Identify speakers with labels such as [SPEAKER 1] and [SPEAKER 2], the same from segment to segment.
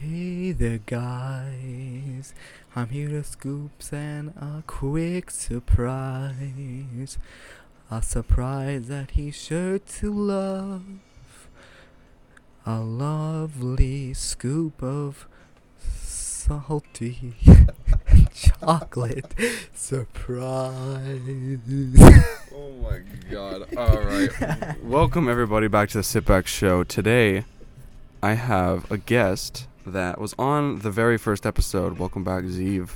[SPEAKER 1] Hey there, guys. I'm here to scoops and a quick surprise. A surprise that he's sure to love. A lovely scoop of salty chocolate surprise.
[SPEAKER 2] Oh my god. All right. Welcome everybody back to the Sit Back Show. Today I have a guest that was on the very first episode. Welcome back, Zeev.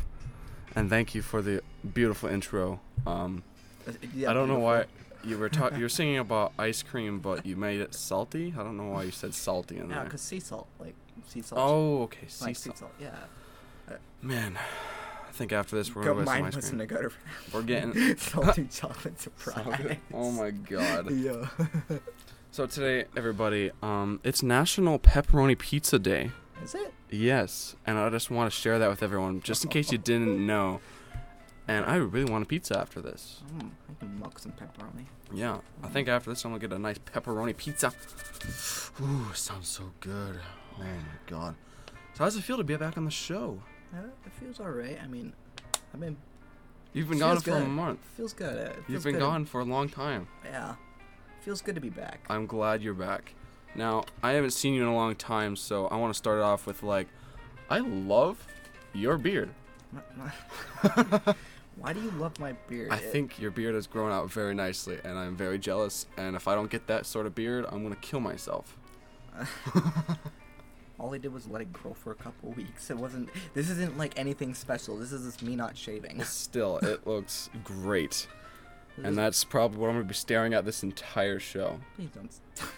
[SPEAKER 2] And thank you for the beautiful intro. Um, I don't know why you were talking you were singing about ice cream but you made it salty. I don't know why you said salty in
[SPEAKER 3] Yeah,
[SPEAKER 2] there.
[SPEAKER 3] because sea salt, like sea salt.
[SPEAKER 2] oh, okay.
[SPEAKER 3] sh-
[SPEAKER 2] Sea
[SPEAKER 3] like sea
[SPEAKER 2] salt.
[SPEAKER 3] salt. Yeah.
[SPEAKER 2] Man, I think after this we're
[SPEAKER 3] Go,
[SPEAKER 2] going to
[SPEAKER 3] mine
[SPEAKER 2] get
[SPEAKER 3] was in
[SPEAKER 2] some ice
[SPEAKER 3] a gutter.
[SPEAKER 2] cream. We're getting
[SPEAKER 3] salty chocolate surprise.
[SPEAKER 2] Oh my god.
[SPEAKER 3] Yeah.
[SPEAKER 2] So today, everybody, um, it's National Pepperoni Pizza Day.
[SPEAKER 3] Is it?
[SPEAKER 2] Yes, and I just want to share that with everyone, just in case you didn't know. And I really want a pizza after this.
[SPEAKER 3] Mm, I can muck some pepperoni.
[SPEAKER 2] Yeah, I think after this I'm gonna get a nice pepperoni pizza. Ooh, sounds so good. Oh my god. So how's it feel to be back on the show?
[SPEAKER 3] Uh, it feels alright. I mean, I mean,
[SPEAKER 2] You've been gone
[SPEAKER 3] Feels
[SPEAKER 2] for a
[SPEAKER 3] good.
[SPEAKER 2] month.
[SPEAKER 3] it feels good. It feels
[SPEAKER 2] You've been
[SPEAKER 3] good.
[SPEAKER 2] gone for a long time.
[SPEAKER 3] Yeah. Feels good to be back.
[SPEAKER 2] I'm glad you're back. Now, I haven't seen you in a long time, so I want to start off with like, I love your beard.
[SPEAKER 3] My- my- Why do you love my beard?
[SPEAKER 2] I
[SPEAKER 3] It-
[SPEAKER 2] think your beard has grown out very nicely, and I'm very jealous. And if I don't get that sort of beard, I'm gonna kill myself.
[SPEAKER 3] all I did was let it grow for a couple weeks. It wasn't. This isn't like anything special. This is just me not shaving.
[SPEAKER 2] Still, it looks great,
[SPEAKER 3] This-
[SPEAKER 2] and that's probably what I'm gonna be staring at this entire show.
[SPEAKER 3] Please don't.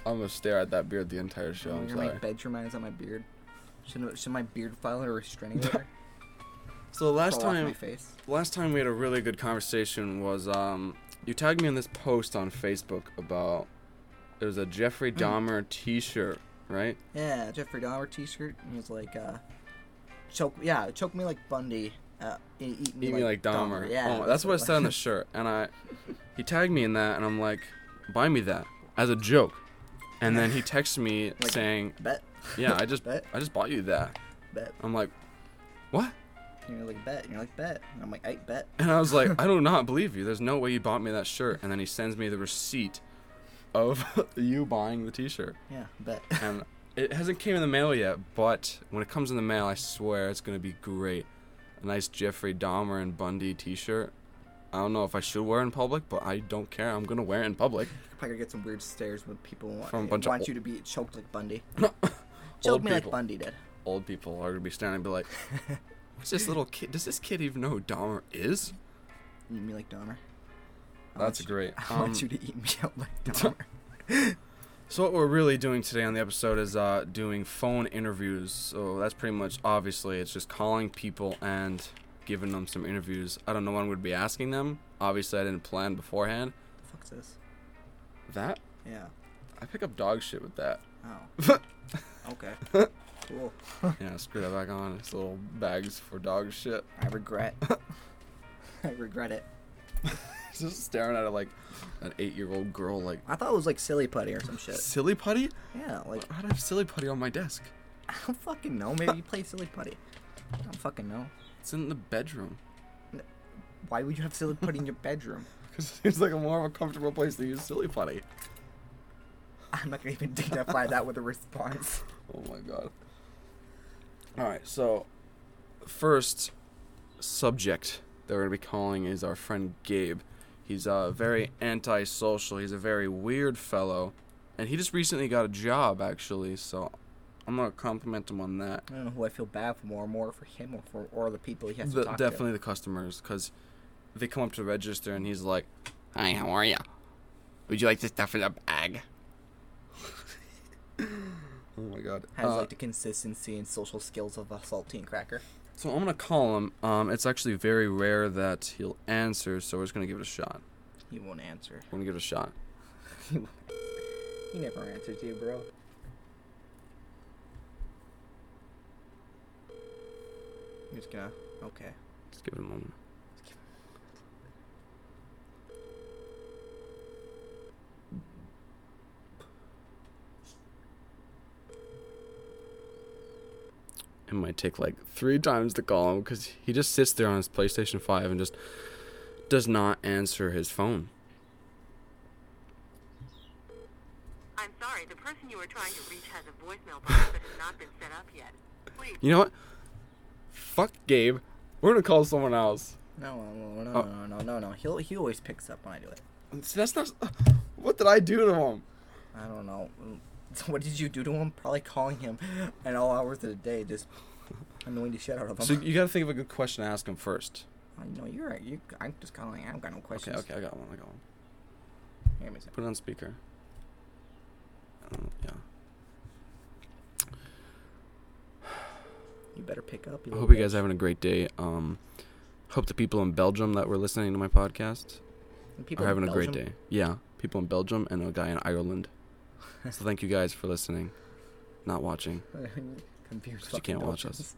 [SPEAKER 2] I'm gonna stare at that beard the entire show.
[SPEAKER 3] You're
[SPEAKER 2] I'm
[SPEAKER 3] gonna
[SPEAKER 2] sorry.
[SPEAKER 3] make bedroom eyes on my beard. Should should my beard file a restraining order?
[SPEAKER 2] So the last
[SPEAKER 3] Fall off my
[SPEAKER 2] time,
[SPEAKER 3] face.
[SPEAKER 2] last time we had a really good conversation was um, you tagged me in this post on Facebook about it was a Jeffrey Dahmer T-shirt, right?
[SPEAKER 3] Yeah, Jeffrey Dahmer T-shirt. And he was like, uh, choke. Yeah, choke me like Bundy. Uh, e- eat, me,
[SPEAKER 2] Eat me like Dahmer.
[SPEAKER 3] Yeah,
[SPEAKER 2] Oh, that's what I said on the
[SPEAKER 3] Sh-
[SPEAKER 2] shirt, and I, he tagged me in that, and I'm like, buy me that as a joke, and then he texted me
[SPEAKER 3] Like-
[SPEAKER 2] saying,
[SPEAKER 3] bet,
[SPEAKER 2] yeah, I just,
[SPEAKER 3] Bet.
[SPEAKER 2] I just bought you that.
[SPEAKER 3] bet.
[SPEAKER 2] I'm like, what?
[SPEAKER 3] And you're like bet. And you're like bet. And I'm like I bet.
[SPEAKER 2] And I was like, I do not believe you. There's no way you bought me that shirt. And then he sends me the receipt of you buying the T-shirt,
[SPEAKER 3] Yeah, bet.
[SPEAKER 2] and it hasn't came in the mail yet, but when it comes in the mail, I swear it's gonna be great. A nice Jeffrey Dahmer and Bundy T-shirt. I don't know if I should wear it in public, but I don't care. I'm gonna wear it in public.
[SPEAKER 3] Probably gonna get some weird stares when people want,
[SPEAKER 2] From a bunch of
[SPEAKER 3] want
[SPEAKER 2] ol-
[SPEAKER 3] you to be choked like Bundy.
[SPEAKER 2] Old
[SPEAKER 3] choke me
[SPEAKER 2] people.
[SPEAKER 3] like Bundy did.
[SPEAKER 2] Old people are gonna be standing and be like, "What's this little kid? Does this kid even know who Dahmer is?"
[SPEAKER 3] Eat me like Dahmer. I want
[SPEAKER 2] That's
[SPEAKER 3] you-
[SPEAKER 2] great.
[SPEAKER 3] I
[SPEAKER 2] Um,
[SPEAKER 3] want you to eat me out like Dahmer.
[SPEAKER 2] so what we're really doing today on the episode is uh, doing phone interviews. So that's pretty much obviously it's just calling people and giving them some interviews. I don't know when we'd be asking them. Obviously, I didn't plan beforehand.
[SPEAKER 3] the fuck's this?
[SPEAKER 2] That
[SPEAKER 3] Yeah.
[SPEAKER 2] I pick up dog shit with that.
[SPEAKER 3] Oh. okay. Cool.
[SPEAKER 2] yeah, screw that back on. It's little bags for dog shit.
[SPEAKER 3] I regret. I regret it.
[SPEAKER 2] just staring at it like an eight-year-old girl. Like
[SPEAKER 3] I thought it was like silly putty or some shit.
[SPEAKER 2] silly putty.
[SPEAKER 3] Yeah, like
[SPEAKER 2] How'd I have silly putty on my desk?
[SPEAKER 3] I don't fucking know. Maybe you play silly putty. I don't fucking know.
[SPEAKER 2] It's in the bedroom.
[SPEAKER 3] Why would you have silly putty in your bedroom?
[SPEAKER 2] Because it seems like a more of a comfortable place to use silly putty.
[SPEAKER 3] I'm not gonna even dignify that with a response.
[SPEAKER 2] Oh my god. Alright, so first subject that we're gonna be calling is our friend Gabe. He's uh very antisocial, he's a very weird fellow. And he just recently got a job actually, so I'm gonna compliment him on that.
[SPEAKER 3] I don't know who I feel bad for more, more for him or for or the people he has
[SPEAKER 2] The,
[SPEAKER 3] to talk
[SPEAKER 2] definitely the customers, because they come up to register and he's like, "Hi, how are ya? Would you like this stuff in a bag?" oh my god!
[SPEAKER 3] to. Has
[SPEAKER 2] Uh,
[SPEAKER 3] like the consistency and social skills of a saltine cracker.
[SPEAKER 2] so I'm gonna call him. Um, it's actually very rare that he'll answer, so we're just gonna give it a shot.
[SPEAKER 3] He won't answer.
[SPEAKER 2] We're gonna give it a shot.
[SPEAKER 3] He never answers you, bro. You're just gonna. Okay.
[SPEAKER 2] Just give it a moment. It might take like three times to call him because he just sits there on his PlayStation 5 and just does not answer his phone.
[SPEAKER 4] I'm sorry, the person you are trying to reach has a voicemail box that has not been set up yet. Please.
[SPEAKER 2] You know what? Fuck Gabe. We're gonna call someone else.
[SPEAKER 3] No, no, no, no,
[SPEAKER 2] Oh.
[SPEAKER 3] no, no, no, no. He'll he always picks up when I do it.
[SPEAKER 2] See, That's not. What did I do to him?
[SPEAKER 3] I don't know. What did you do to him? Probably calling him at all hours of the day, just annoying the shit out of him.
[SPEAKER 2] So you gotta think of a good question to ask him first.
[SPEAKER 3] I know you're. You, I'm just calling. I don't got no
[SPEAKER 2] Okay,
[SPEAKER 3] questions.
[SPEAKER 2] okay, I got one. I got one.
[SPEAKER 3] Here, me a sec.
[SPEAKER 2] Put it on speaker. Um, yeah.
[SPEAKER 3] You better pick up.
[SPEAKER 2] I
[SPEAKER 3] little
[SPEAKER 2] hope you
[SPEAKER 3] bitch.
[SPEAKER 2] guys are having a great day. Um, hope the people in Belgium that were listening to my podcast
[SPEAKER 3] And people
[SPEAKER 2] are
[SPEAKER 3] in
[SPEAKER 2] having a great
[SPEAKER 3] Belgium-
[SPEAKER 2] day. Yeah, people in Belgium and a guy in Ireland. so thank you guys for listening, not watching.
[SPEAKER 3] Confused.
[SPEAKER 2] But you
[SPEAKER 3] fucking
[SPEAKER 2] can't watch
[SPEAKER 3] Belgians.
[SPEAKER 2] us.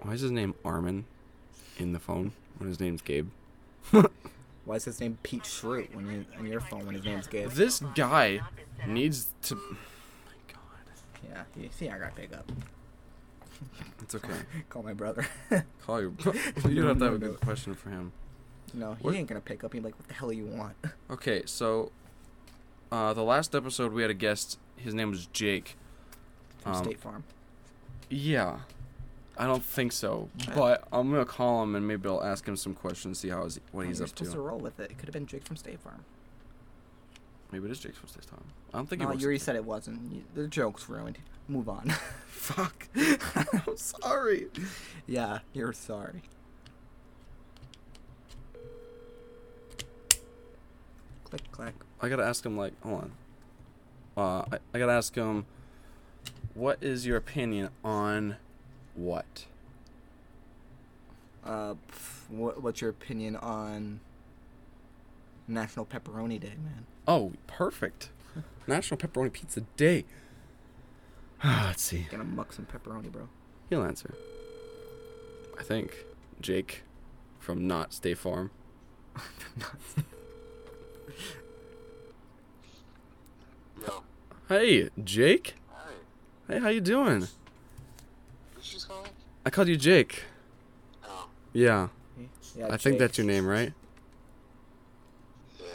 [SPEAKER 2] Why is his name Armin in the phone when his name's Gabe?
[SPEAKER 3] Why is his name Pete Shrew when he, on your phone when his name's Gabe?
[SPEAKER 2] This guy needs to. Oh my god,
[SPEAKER 3] Yeah, you see, I got pick up.
[SPEAKER 2] it's okay.
[SPEAKER 3] Call my brother.
[SPEAKER 2] Call your. bro- You don't have to have
[SPEAKER 3] No, no.
[SPEAKER 2] a good question for him.
[SPEAKER 3] no, he
[SPEAKER 2] What-
[SPEAKER 3] ain't gonna pick up. He's like, what the hell you want?
[SPEAKER 2] Okay, so uh, the last episode we had a guest. His name was Jake.
[SPEAKER 3] From
[SPEAKER 2] Um,
[SPEAKER 3] State Farm.
[SPEAKER 2] Yeah, I don't think so, but I'm gonna call him and maybe I'll ask him some questions, see how is what
[SPEAKER 3] Oh,
[SPEAKER 2] he's
[SPEAKER 3] you're
[SPEAKER 2] up
[SPEAKER 3] supposed to
[SPEAKER 2] to.
[SPEAKER 3] roll with it. It could have been Jake from State Farm.
[SPEAKER 2] Maybe it is Jake's first time. I don't think
[SPEAKER 3] No,
[SPEAKER 2] he
[SPEAKER 3] you
[SPEAKER 2] works.
[SPEAKER 3] already said it wasn't. You, the joke's ruined. Move on.
[SPEAKER 2] Fuck. I'm sorry.
[SPEAKER 3] yeah, you're sorry. Click, click.
[SPEAKER 2] I gotta ask him like, hold on. Uh, I, I gotta ask him, what is your opinion on what?
[SPEAKER 3] Uh, pff, what, what's your opinion on National Pepperoni Day, man?
[SPEAKER 2] Oh, perfect. National Pepperoni Pizza Day. Let's see.
[SPEAKER 3] Gonna muck some pepperoni, bro.
[SPEAKER 2] He'll answer. I think Jake from Not Stay Farm.
[SPEAKER 5] Yo,
[SPEAKER 2] Hey, Jake.
[SPEAKER 5] hi.
[SPEAKER 2] Hey, how you doing?
[SPEAKER 5] Who's just calling?
[SPEAKER 2] I called you Jake.
[SPEAKER 5] Oh,
[SPEAKER 2] Yeah,
[SPEAKER 3] Yeah,
[SPEAKER 2] I think
[SPEAKER 3] Uh, Jake,
[SPEAKER 2] that's your name, right?
[SPEAKER 5] yeah.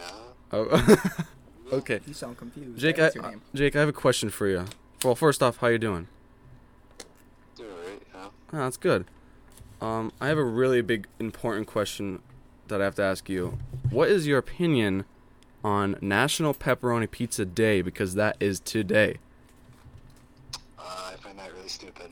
[SPEAKER 2] Oh, okay.
[SPEAKER 3] You sound confused.
[SPEAKER 2] Jake, I,
[SPEAKER 3] that's your name.
[SPEAKER 2] Jake, I have a question for you. Well, first off, how you doing?
[SPEAKER 5] Doing alright, huh?
[SPEAKER 2] Oh, that's good. Um, I have a really big, important question that I have to ask you. What is your opinion on National Pepperoni Pizza Day? Because that is today.
[SPEAKER 5] Uh, I find that really stupid.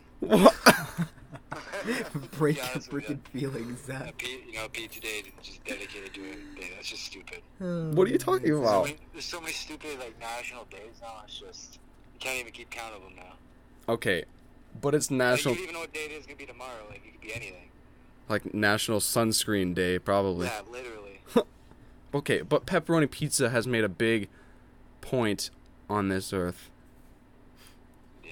[SPEAKER 3] Break
[SPEAKER 5] Yeah,
[SPEAKER 3] the
[SPEAKER 5] that's what we
[SPEAKER 3] freaking feelings,
[SPEAKER 5] Uh,
[SPEAKER 3] Zach.
[SPEAKER 5] P, you know, P today just dedicated to it. Day. That's just stupid.
[SPEAKER 2] What are you talking
[SPEAKER 5] So
[SPEAKER 2] about?
[SPEAKER 5] many, there's so many stupid like national days now. It's just you can't even keep count of them now.
[SPEAKER 2] Okay, but it's
[SPEAKER 5] Like, you
[SPEAKER 2] National,
[SPEAKER 5] don't even know what day it is gonna be tomorrow. Like it could be anything.
[SPEAKER 2] like National Sunscreen Day, probably.
[SPEAKER 5] Yeah, literally.
[SPEAKER 2] Okay, but pepperoni pizza has made a big point on this earth.
[SPEAKER 5] Yeah.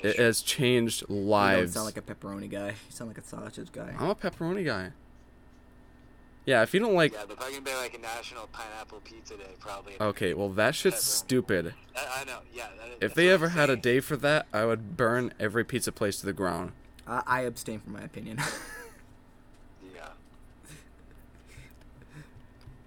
[SPEAKER 2] It has changed
[SPEAKER 3] You
[SPEAKER 2] lives.
[SPEAKER 3] don't sound like a pepperoni guy. You sound like a sausage guy.
[SPEAKER 2] I'm a pepperoni guy. Yeah, if you don't like
[SPEAKER 5] yeah, but probably gonna be like a national pineapple pizza day, probably.
[SPEAKER 2] Okay, well that shit's
[SPEAKER 5] Pepperoni.
[SPEAKER 2] stupid.
[SPEAKER 5] I, I know. Yeah. That is,
[SPEAKER 2] Uh, If
[SPEAKER 5] that's
[SPEAKER 2] they
[SPEAKER 5] what I'm
[SPEAKER 2] ever had a
[SPEAKER 5] saying.
[SPEAKER 2] day for that, I would burn every pizza place to the ground.
[SPEAKER 3] I, I abstain from my opinion.
[SPEAKER 5] Yeah.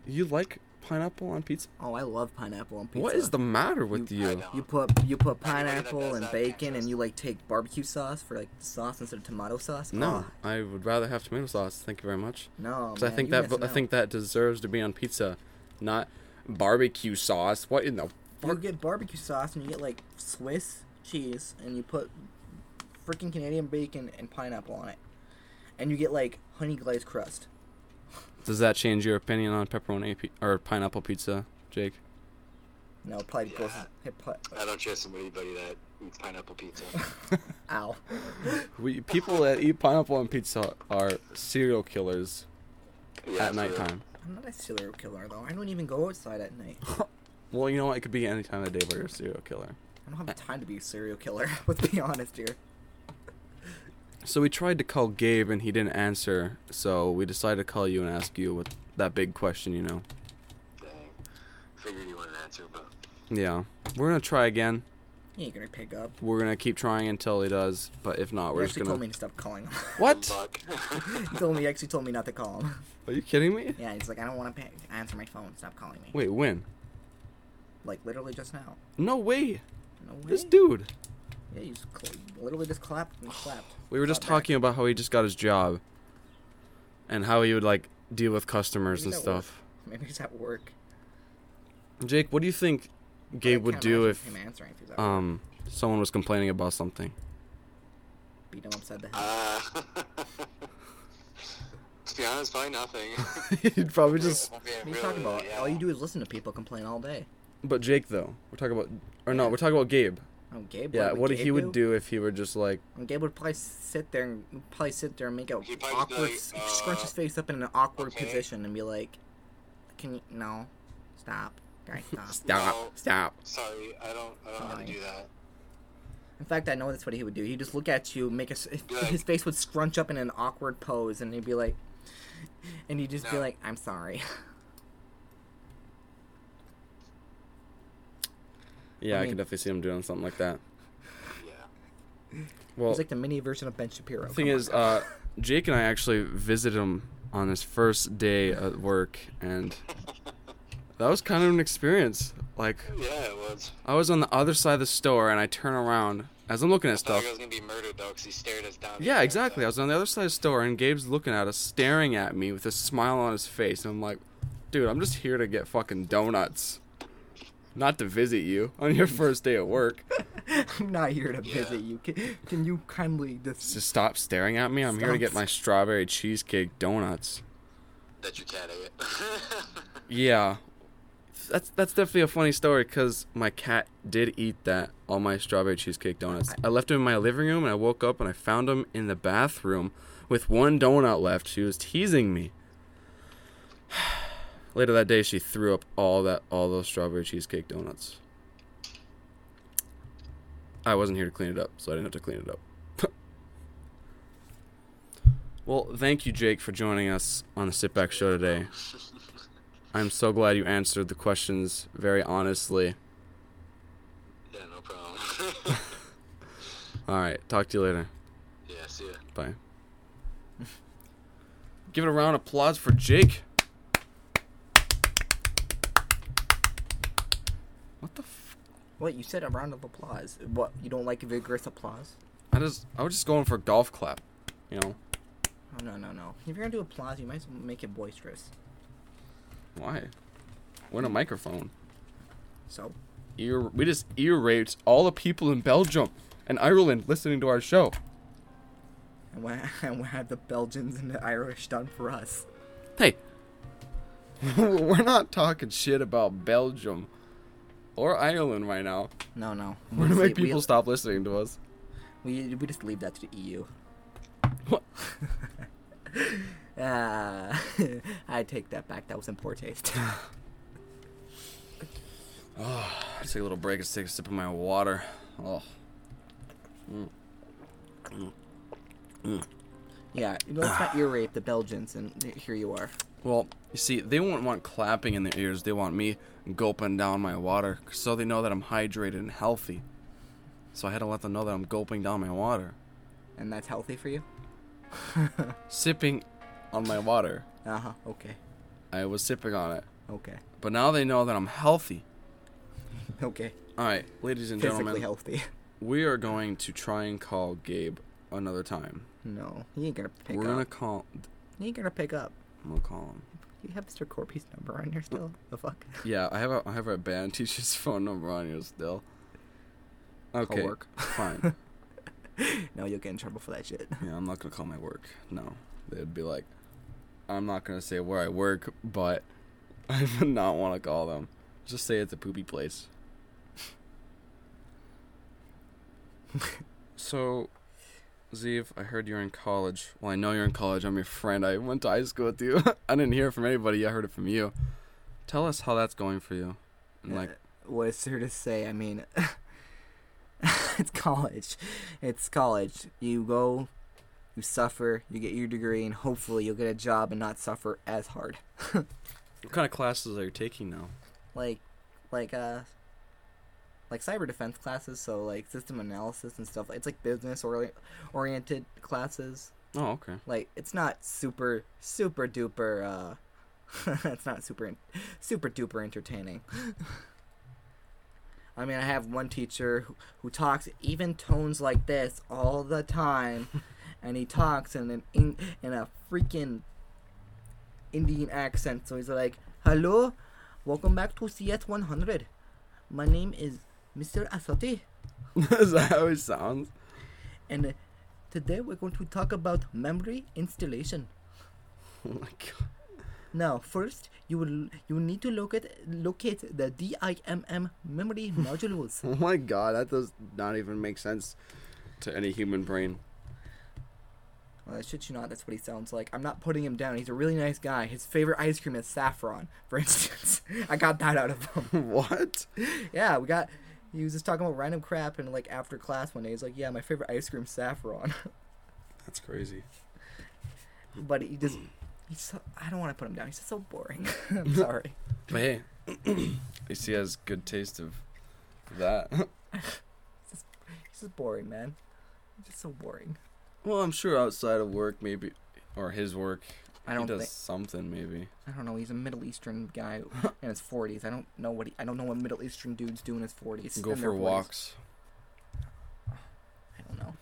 [SPEAKER 2] You like pineapple on pizza?
[SPEAKER 3] oh, I love pineapple on pizza.
[SPEAKER 2] What is the matter with
[SPEAKER 5] I
[SPEAKER 2] you?
[SPEAKER 5] don't.
[SPEAKER 3] You put you put
[SPEAKER 5] does
[SPEAKER 3] pineapple and
[SPEAKER 5] that
[SPEAKER 3] bacon,
[SPEAKER 5] can't
[SPEAKER 3] and
[SPEAKER 5] just-
[SPEAKER 3] you like take barbecue sauce for like the sauce instead of tomato sauce.
[SPEAKER 2] No,
[SPEAKER 3] Oh,
[SPEAKER 2] I would rather have tomato sauce. Thank you very much.
[SPEAKER 3] no.
[SPEAKER 2] Because I
[SPEAKER 3] Oh, man,
[SPEAKER 2] think
[SPEAKER 3] you
[SPEAKER 2] that
[SPEAKER 3] missing
[SPEAKER 2] I
[SPEAKER 3] out.
[SPEAKER 2] think that deserves to be on pizza, not barbecue sauce. What in the
[SPEAKER 3] you
[SPEAKER 2] fuck?
[SPEAKER 3] get barbecue sauce and you get like Swiss cheese, and you put freaking Canadian bacon and pineapple on it, and you get like honey glazed crust.
[SPEAKER 2] Does that change your opinion on pepperoni pi- or pineapple pizza, Jake?
[SPEAKER 3] No, probably goes
[SPEAKER 5] Yeah.
[SPEAKER 3] hit put.
[SPEAKER 5] I don't trust anybody that eats pineapple pizza.
[SPEAKER 3] Ow.
[SPEAKER 2] We, people that eat pineapple on pizza are serial killers
[SPEAKER 5] Yeah,
[SPEAKER 2] at
[SPEAKER 5] for real.
[SPEAKER 2] nighttime.
[SPEAKER 3] I'm not a serial killer though. I don't even go outside at night.
[SPEAKER 2] Well, you know what? It could be any time of the day where you're a serial killer.
[SPEAKER 3] I don't have the time to be a serial killer. Let's be honest here.
[SPEAKER 2] So we tried to call Gabe and he didn't answer. So we decided to call you and ask you what that big question, you know.
[SPEAKER 5] Dang. Figured you wouldn't answer, but
[SPEAKER 2] Yeah. We're going to try again.
[SPEAKER 3] He ain't gonna pick up.
[SPEAKER 2] We're gonna keep trying until he does, but if not,
[SPEAKER 3] He
[SPEAKER 2] we're
[SPEAKER 3] actually
[SPEAKER 2] just gonna.
[SPEAKER 3] told me to stop calling him.
[SPEAKER 2] What?
[SPEAKER 5] Fuck.
[SPEAKER 3] he told me he actually told me not to call him.
[SPEAKER 2] Are you kidding me?
[SPEAKER 3] Yeah, he's like, I don't want to answer my phone. Stop calling me.
[SPEAKER 2] Wait, when?
[SPEAKER 3] Like literally just now.
[SPEAKER 2] No way.
[SPEAKER 3] No way.
[SPEAKER 2] This dude.
[SPEAKER 3] Yeah, you just cl- literally just clapped and clapped.
[SPEAKER 2] We were just
[SPEAKER 3] Clap back.
[SPEAKER 2] talking about how he just got his job, and how he would like deal with customers
[SPEAKER 3] Maybe
[SPEAKER 2] and
[SPEAKER 3] that worked.
[SPEAKER 2] stuff.
[SPEAKER 3] Maybe he's at work.
[SPEAKER 2] Jake, what do you think Gabe
[SPEAKER 3] I
[SPEAKER 2] would
[SPEAKER 3] can't
[SPEAKER 2] do
[SPEAKER 3] imagine
[SPEAKER 2] if
[SPEAKER 3] him answering if he's at work.
[SPEAKER 2] um someone was complaining about something?
[SPEAKER 3] beat him upside the head.
[SPEAKER 5] Uh, to be honest, probably nothing.
[SPEAKER 2] He'd probably
[SPEAKER 5] If I'm being
[SPEAKER 3] What are you
[SPEAKER 5] really-
[SPEAKER 3] talking about?
[SPEAKER 5] yeah.
[SPEAKER 3] All you do is listen to people complain all day.
[SPEAKER 2] But Jake though, we're talking about or no, we're talking about Gabe.
[SPEAKER 3] Oh, Gabe.
[SPEAKER 2] Yeah,
[SPEAKER 3] would
[SPEAKER 2] what
[SPEAKER 3] Gabe
[SPEAKER 2] he would do if he were just like
[SPEAKER 3] And Gabe would probably sit there and probably sit there and make a
[SPEAKER 5] He'd probably just be
[SPEAKER 3] awkward,
[SPEAKER 5] like,
[SPEAKER 3] s- scrunch his
[SPEAKER 5] uh,
[SPEAKER 3] face up in an awkward
[SPEAKER 5] okay.
[SPEAKER 3] position and be like, "Can you no, stop, guys, stop."
[SPEAKER 5] No.
[SPEAKER 2] stop, stop.
[SPEAKER 5] Sorry, I don't. I don't know how to
[SPEAKER 3] Fine.
[SPEAKER 5] do that.
[SPEAKER 3] in fact, I know that's what he would do. He'd just look at you, make a s
[SPEAKER 5] like-
[SPEAKER 3] his face would scrunch up in an awkward pose, and he'd be like, and he'd just be
[SPEAKER 5] No.
[SPEAKER 3] like, "I'm sorry."
[SPEAKER 2] Yeah, I,
[SPEAKER 3] I
[SPEAKER 2] could
[SPEAKER 3] mean-
[SPEAKER 2] definitely see him doing something like that.
[SPEAKER 5] Yeah.
[SPEAKER 2] Well,
[SPEAKER 3] He's like the mini version of Ben Shapiro.
[SPEAKER 2] the thing
[SPEAKER 3] Come on,
[SPEAKER 2] is,
[SPEAKER 3] guys.
[SPEAKER 2] uh, Jake and I actually visited him on his first day at work, and that was kind of an experience. Like,
[SPEAKER 5] Yeah, it was.
[SPEAKER 2] I was on the other side of the store, and I turn around as I'm looking at
[SPEAKER 5] I thought
[SPEAKER 2] stuff.
[SPEAKER 5] I was gonna be murdered though, 'cause he stared us down.
[SPEAKER 2] Yeah, exactly. I was on the other side of the store, and Gabe's looking at us, staring at me with a smile on his face, and I'm like, dude, I'm just here to get fucking donuts, not to visit you on your first day at work.
[SPEAKER 3] I'm not here to
[SPEAKER 5] Yeah.
[SPEAKER 3] visit you. Can, can you kindly just?
[SPEAKER 2] Just stop staring at me. I'm here to get
[SPEAKER 3] Stop.
[SPEAKER 2] my strawberry cheesecake donuts.
[SPEAKER 5] That your cat eh? ate.
[SPEAKER 2] Yeah. That's that's definitely a funny story because my cat did eat that all my strawberry cheesecake donuts. I left him in my living room and I woke up and I found him in the bathroom with one donut left. She was teasing me. Later that day, she threw up all that all those strawberry cheesecake donuts. I wasn't here to clean it up, so I didn't have to clean it up. well, thank you, Jake, for joining us on the Sit Back Show today. I'm so glad you answered the questions very honestly.
[SPEAKER 5] yeah, no problem.
[SPEAKER 2] All right, talk to you later.
[SPEAKER 5] yeah, see ya.
[SPEAKER 2] Bye. Give it a round of applause for Jake. What the f-
[SPEAKER 3] What you said? A round of applause. What you don't like vigorous applause?
[SPEAKER 2] I just I was just going for a golf clap, you know.
[SPEAKER 3] Oh no no no! If you're gonna do applause, you might as well make it boisterous.
[SPEAKER 2] Why? We're in a microphone.
[SPEAKER 3] So
[SPEAKER 2] Ear we just ear raped all the people in Belgium and Ireland listening to our show.
[SPEAKER 3] and we and we had the Belgians and the Irish done for us.
[SPEAKER 2] Hey. We're not talking shit about Belgium or Ireland right now.
[SPEAKER 3] No no.
[SPEAKER 2] We're gonna
[SPEAKER 3] We-
[SPEAKER 2] make
[SPEAKER 3] we-
[SPEAKER 2] people stop listening to us.
[SPEAKER 3] We, we just leave that to the E EU.
[SPEAKER 2] What?
[SPEAKER 3] Uh, I take that back. That was in poor taste.
[SPEAKER 2] I'll take a little break and take a sip of my water. Oh,
[SPEAKER 3] yeah, you know, let's not ear rape the Belgians, and here you are.
[SPEAKER 2] well, you see, they won't want clapping in their ears. They want me gulping down my water, so they know that I'm hydrated and healthy. So I had to let them know that I'm gulping down my water,
[SPEAKER 3] And that's healthy for you.
[SPEAKER 2] sipping on my water.
[SPEAKER 3] Uh huh. Okay.
[SPEAKER 2] I was sipping on it,
[SPEAKER 3] Okay.
[SPEAKER 2] but now they know that I'm healthy.
[SPEAKER 3] Okay.
[SPEAKER 2] All right, ladies and
[SPEAKER 3] Physically
[SPEAKER 2] gentlemen,
[SPEAKER 3] healthy.
[SPEAKER 2] we are going to try and call Gabe another time.
[SPEAKER 3] No, he ain't gonna pick
[SPEAKER 2] We're
[SPEAKER 3] up.
[SPEAKER 2] gonna call.
[SPEAKER 3] He ain't gonna pick up.
[SPEAKER 2] I'm gonna call him.
[SPEAKER 3] You have Mr. Corby's number on here still? The fuck?
[SPEAKER 2] Yeah, I have a I have a band teacher's phone number on here still. Okay.
[SPEAKER 3] work.
[SPEAKER 2] Fine.
[SPEAKER 3] no, you'll get in trouble for that shit.
[SPEAKER 2] yeah, I'm not gonna call my work. No. They'd be like I'm not gonna say where I work, but I would not wanna call them. Just say it's a poopy place. so Zeev, I heard you're in college. Well, I know you're in college. I'm your friend. I went to high school with you. I didn't hear it from anybody. I heard it from you. Tell us how that's going for you. And like,
[SPEAKER 3] what is there to say? I mean, it's college. It's college. You go, you suffer, you get your degree, and hopefully you'll get a job and not suffer as hard.
[SPEAKER 2] what kind of classes are you taking now?
[SPEAKER 3] Like, like uh, like cyber defense classes, so like system analysis and stuff. It's like business orli- oriented classes.
[SPEAKER 2] Oh, okay.
[SPEAKER 3] Like it's not super super duper. uh It's not super en- super duper entertaining. I mean, I have one teacher who, who talks even tones like this all the time, and he talks in an in, in a freaking Indian accent. So he's like, "Hello, welcome back to CS 100. My name is Mr. Asati,
[SPEAKER 2] Is that how it sounds?
[SPEAKER 3] and uh, today we're going to talk about memory installation.
[SPEAKER 2] Oh my god.
[SPEAKER 3] Now, first, you will you need to locate locate the DIMM memory modules."
[SPEAKER 2] Oh my god, that does not even make sense to any human brain.
[SPEAKER 3] Uh, shit you not, that's what he sounds like. I'm not putting him down. He's a really nice guy. His favorite ice cream is saffron, for instance. I got that out of him.
[SPEAKER 2] what?
[SPEAKER 3] yeah, we got. He was just talking about random crap, and like after class one day, he's like, "Yeah, my favorite ice cream, saffron."
[SPEAKER 2] That's crazy.
[SPEAKER 3] but he just, he's so. I don't want to put him down. He's just so boring. I'm sorry.
[SPEAKER 2] But hey, at least he has good taste of that.
[SPEAKER 3] He's just boring, man. He's just so boring.
[SPEAKER 2] well, I'm sure outside of work, maybe, or his work,
[SPEAKER 3] I don't
[SPEAKER 2] he does
[SPEAKER 3] think.
[SPEAKER 2] something, maybe.
[SPEAKER 3] I don't know. He's a Middle Eastern guy in his 40s. I don't know what he. I don't know what Middle Eastern dudes do in his 40s.
[SPEAKER 2] Go
[SPEAKER 3] in their
[SPEAKER 2] for
[SPEAKER 3] 40s.
[SPEAKER 2] walks.
[SPEAKER 3] I don't know.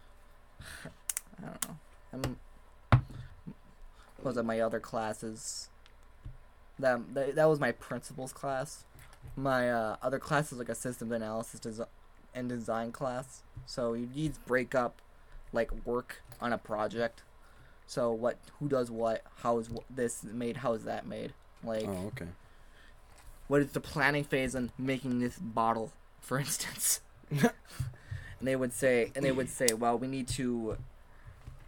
[SPEAKER 3] I don't know. I'm. Was it my other classes? That, that that was my principals class. My uh, other class is like a systems analysis desi- and design class. So you need to break up, like work on a project. So what? Who does what? How is wh- this made? How is that made? Like
[SPEAKER 2] Oh, okay.
[SPEAKER 3] what is the planning phase on making this bottle, for instance? and they would say, and they would say, well, we need to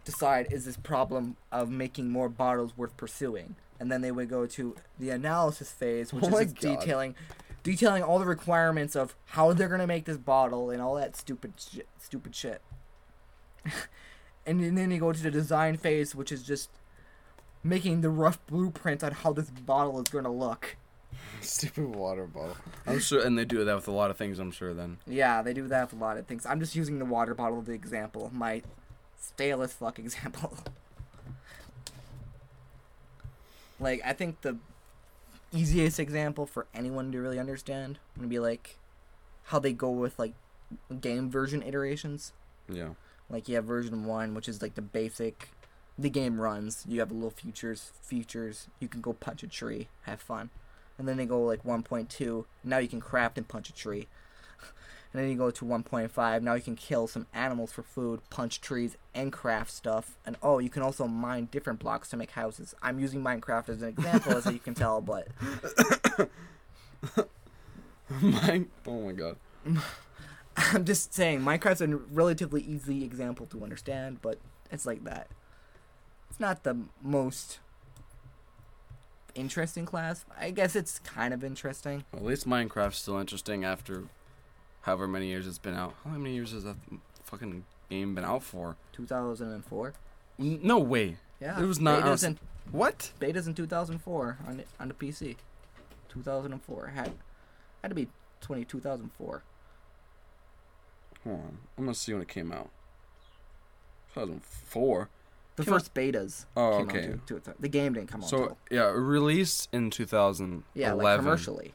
[SPEAKER 3] decide is this problem of making more bottles worth pursuing, and then they would go to the analysis phase, which
[SPEAKER 2] Oh my
[SPEAKER 3] is just
[SPEAKER 2] God.
[SPEAKER 3] detailing, detailing all the requirements of how they're gonna make this bottle and all that stupid, shit, stupid shit. and, then- then you go to the design phase, which is just making the rough blueprint on how this bottle is gonna look.
[SPEAKER 2] Stupid water bottle. I'm sure, and they do that with a lot of things. I'm sure. Then
[SPEAKER 3] Yeah, they do that with a lot of things. I'm just using the water bottle as the example, my stale as fuck example. like, I think the easiest example for anyone to really understand would be like how they go with like game version iterations.
[SPEAKER 2] yeah.
[SPEAKER 3] Like you have version one, which is like the basic. The game runs. You have little futures, features. You can go punch a tree, have fun, and then they go like 1.2. Now you can craft and punch a tree, and then you go to 1.5. Now you can kill some animals for food, punch trees, and craft stuff. And oh, you can also mine different blocks to make houses. I'm using Minecraft as an example, as you can tell, but
[SPEAKER 2] Mine. Oh my god.
[SPEAKER 3] I'm just saying Minecraft's a relatively easy example to understand, but it's like that. It's not the most interesting class. I guess it's kind of interesting.
[SPEAKER 2] Well, at least Minecraft's still interesting after however many years it's been out. How many years has that fucking game been out for?
[SPEAKER 3] 2004.
[SPEAKER 2] N- No way.
[SPEAKER 3] Yeah.
[SPEAKER 2] It was not
[SPEAKER 3] Beta's
[SPEAKER 2] out-
[SPEAKER 3] in,
[SPEAKER 2] What?
[SPEAKER 3] beta's in 2004 on the, on the PC. 2004 had had to be 20 2004.
[SPEAKER 2] Hold on. I'm gonna see when it came out. 2004.
[SPEAKER 3] The
[SPEAKER 2] Came out-
[SPEAKER 3] first betas.
[SPEAKER 2] Oh,
[SPEAKER 3] came out
[SPEAKER 2] okay.
[SPEAKER 3] to- to- the game didn't come out.
[SPEAKER 2] So
[SPEAKER 3] till-
[SPEAKER 2] yeah, released in 2011.
[SPEAKER 3] yeah, like commercially.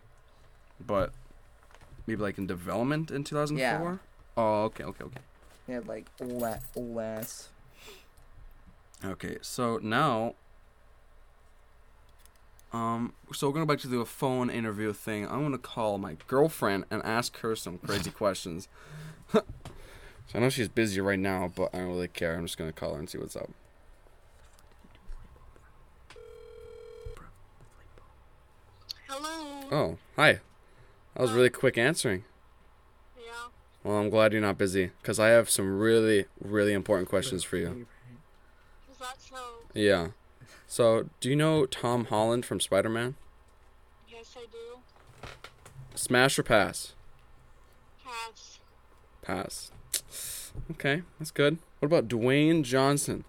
[SPEAKER 2] But maybe like in development in 2004. Oh, okay, okay, okay.
[SPEAKER 3] Yeah, like all that all ass.
[SPEAKER 2] Okay, so now, um, so we're going back to do a phone interview thing. I'm gonna call my girlfriend and ask her some crazy questions. so I know she's busy right now, but I don't really care. I'm just gonna call her and see what's up.
[SPEAKER 4] Hello.
[SPEAKER 2] Oh, hi. That was really quick answering.
[SPEAKER 4] Yeah.
[SPEAKER 2] Well, I'm glad you're not busy, cause I have some really, really important questions for you.
[SPEAKER 4] Is that so?
[SPEAKER 2] Yeah. So, do you know Tom Holland from Spider-Man?
[SPEAKER 4] Yes, I do.
[SPEAKER 2] Smash or pass?
[SPEAKER 4] Pass.
[SPEAKER 2] Pass. Okay, that's good. What about Dwayne Johnson?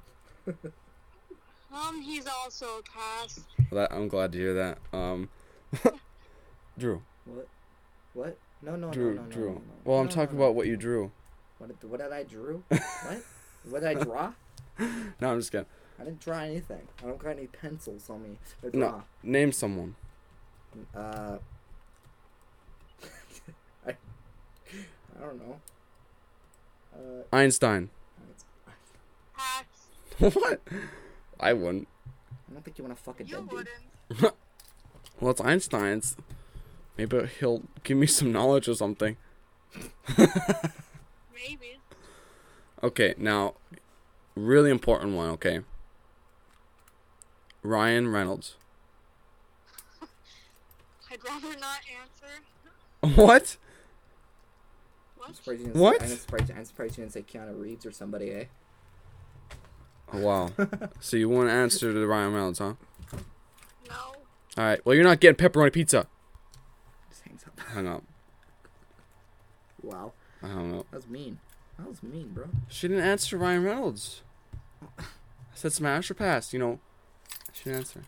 [SPEAKER 4] Um, he's also a pass.
[SPEAKER 2] Well, that, I'm glad to hear that. Um, Drew,
[SPEAKER 3] What? What? No, no,
[SPEAKER 2] Drew,
[SPEAKER 3] no, no, no,
[SPEAKER 2] Drew.
[SPEAKER 3] No, no.
[SPEAKER 2] Well, I'm
[SPEAKER 3] No,
[SPEAKER 2] talking
[SPEAKER 3] no, no.
[SPEAKER 2] about what you drew.
[SPEAKER 3] What did, what did I drew? what? What did I draw?
[SPEAKER 2] No, I'm just kidding.
[SPEAKER 3] I didn't draw anything. I don't got any pencils on me. to
[SPEAKER 2] No, name someone.
[SPEAKER 3] draw. Uh. I, I don't know. Uh,
[SPEAKER 2] Einstein.
[SPEAKER 4] Pass.
[SPEAKER 2] what? I wouldn't.
[SPEAKER 3] I don't think you want to fuck a
[SPEAKER 4] You
[SPEAKER 3] dead dude.
[SPEAKER 4] wouldn't.
[SPEAKER 2] Well, it's Einstein's. Maybe he'll give me some knowledge or something.
[SPEAKER 4] Maybe.
[SPEAKER 2] Okay, now, really important one, okay? Ryan Reynolds.
[SPEAKER 4] I'd rather not answer.
[SPEAKER 2] What?
[SPEAKER 4] What?
[SPEAKER 3] I'm surprised you didn't
[SPEAKER 2] What?
[SPEAKER 3] Say, I'm, surprised, I'm surprised you didn't say Keanu Reeves or somebody, eh?
[SPEAKER 2] Oh, wow. so you want to answer to Ryan Reynolds, huh?
[SPEAKER 4] No.
[SPEAKER 2] All right. Well, you're not getting pepperoni pizza.
[SPEAKER 3] Just hangs up.
[SPEAKER 2] Hung up.
[SPEAKER 3] Wow.
[SPEAKER 2] I hung up.
[SPEAKER 3] That was mean. That was mean, bro.
[SPEAKER 2] She didn't answer Ryan Reynolds. I said smash or pass. You know, she didn't answer.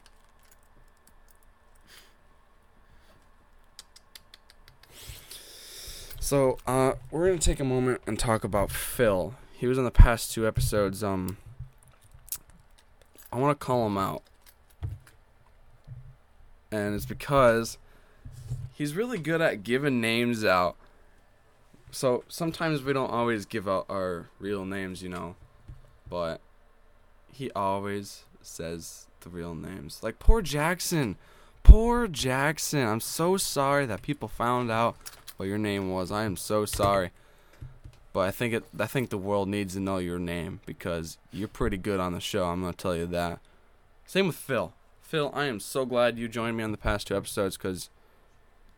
[SPEAKER 2] So uh, we're gonna take a moment and talk about Phil. He was on the past two episodes. Um, I want to call him out, and it's because he's really good at giving names out. So sometimes we don't always give out our real names, you know, but he always says the real names. Like poor Jackson. Poor Jackson. I'm so sorry that people found out what your name was. I am so sorry. But I think it I think the world needs to know your name because you're pretty good on the show. I'm going to tell you that. Same with Phil. Phil, I am so glad you joined me on the past two episodes cuz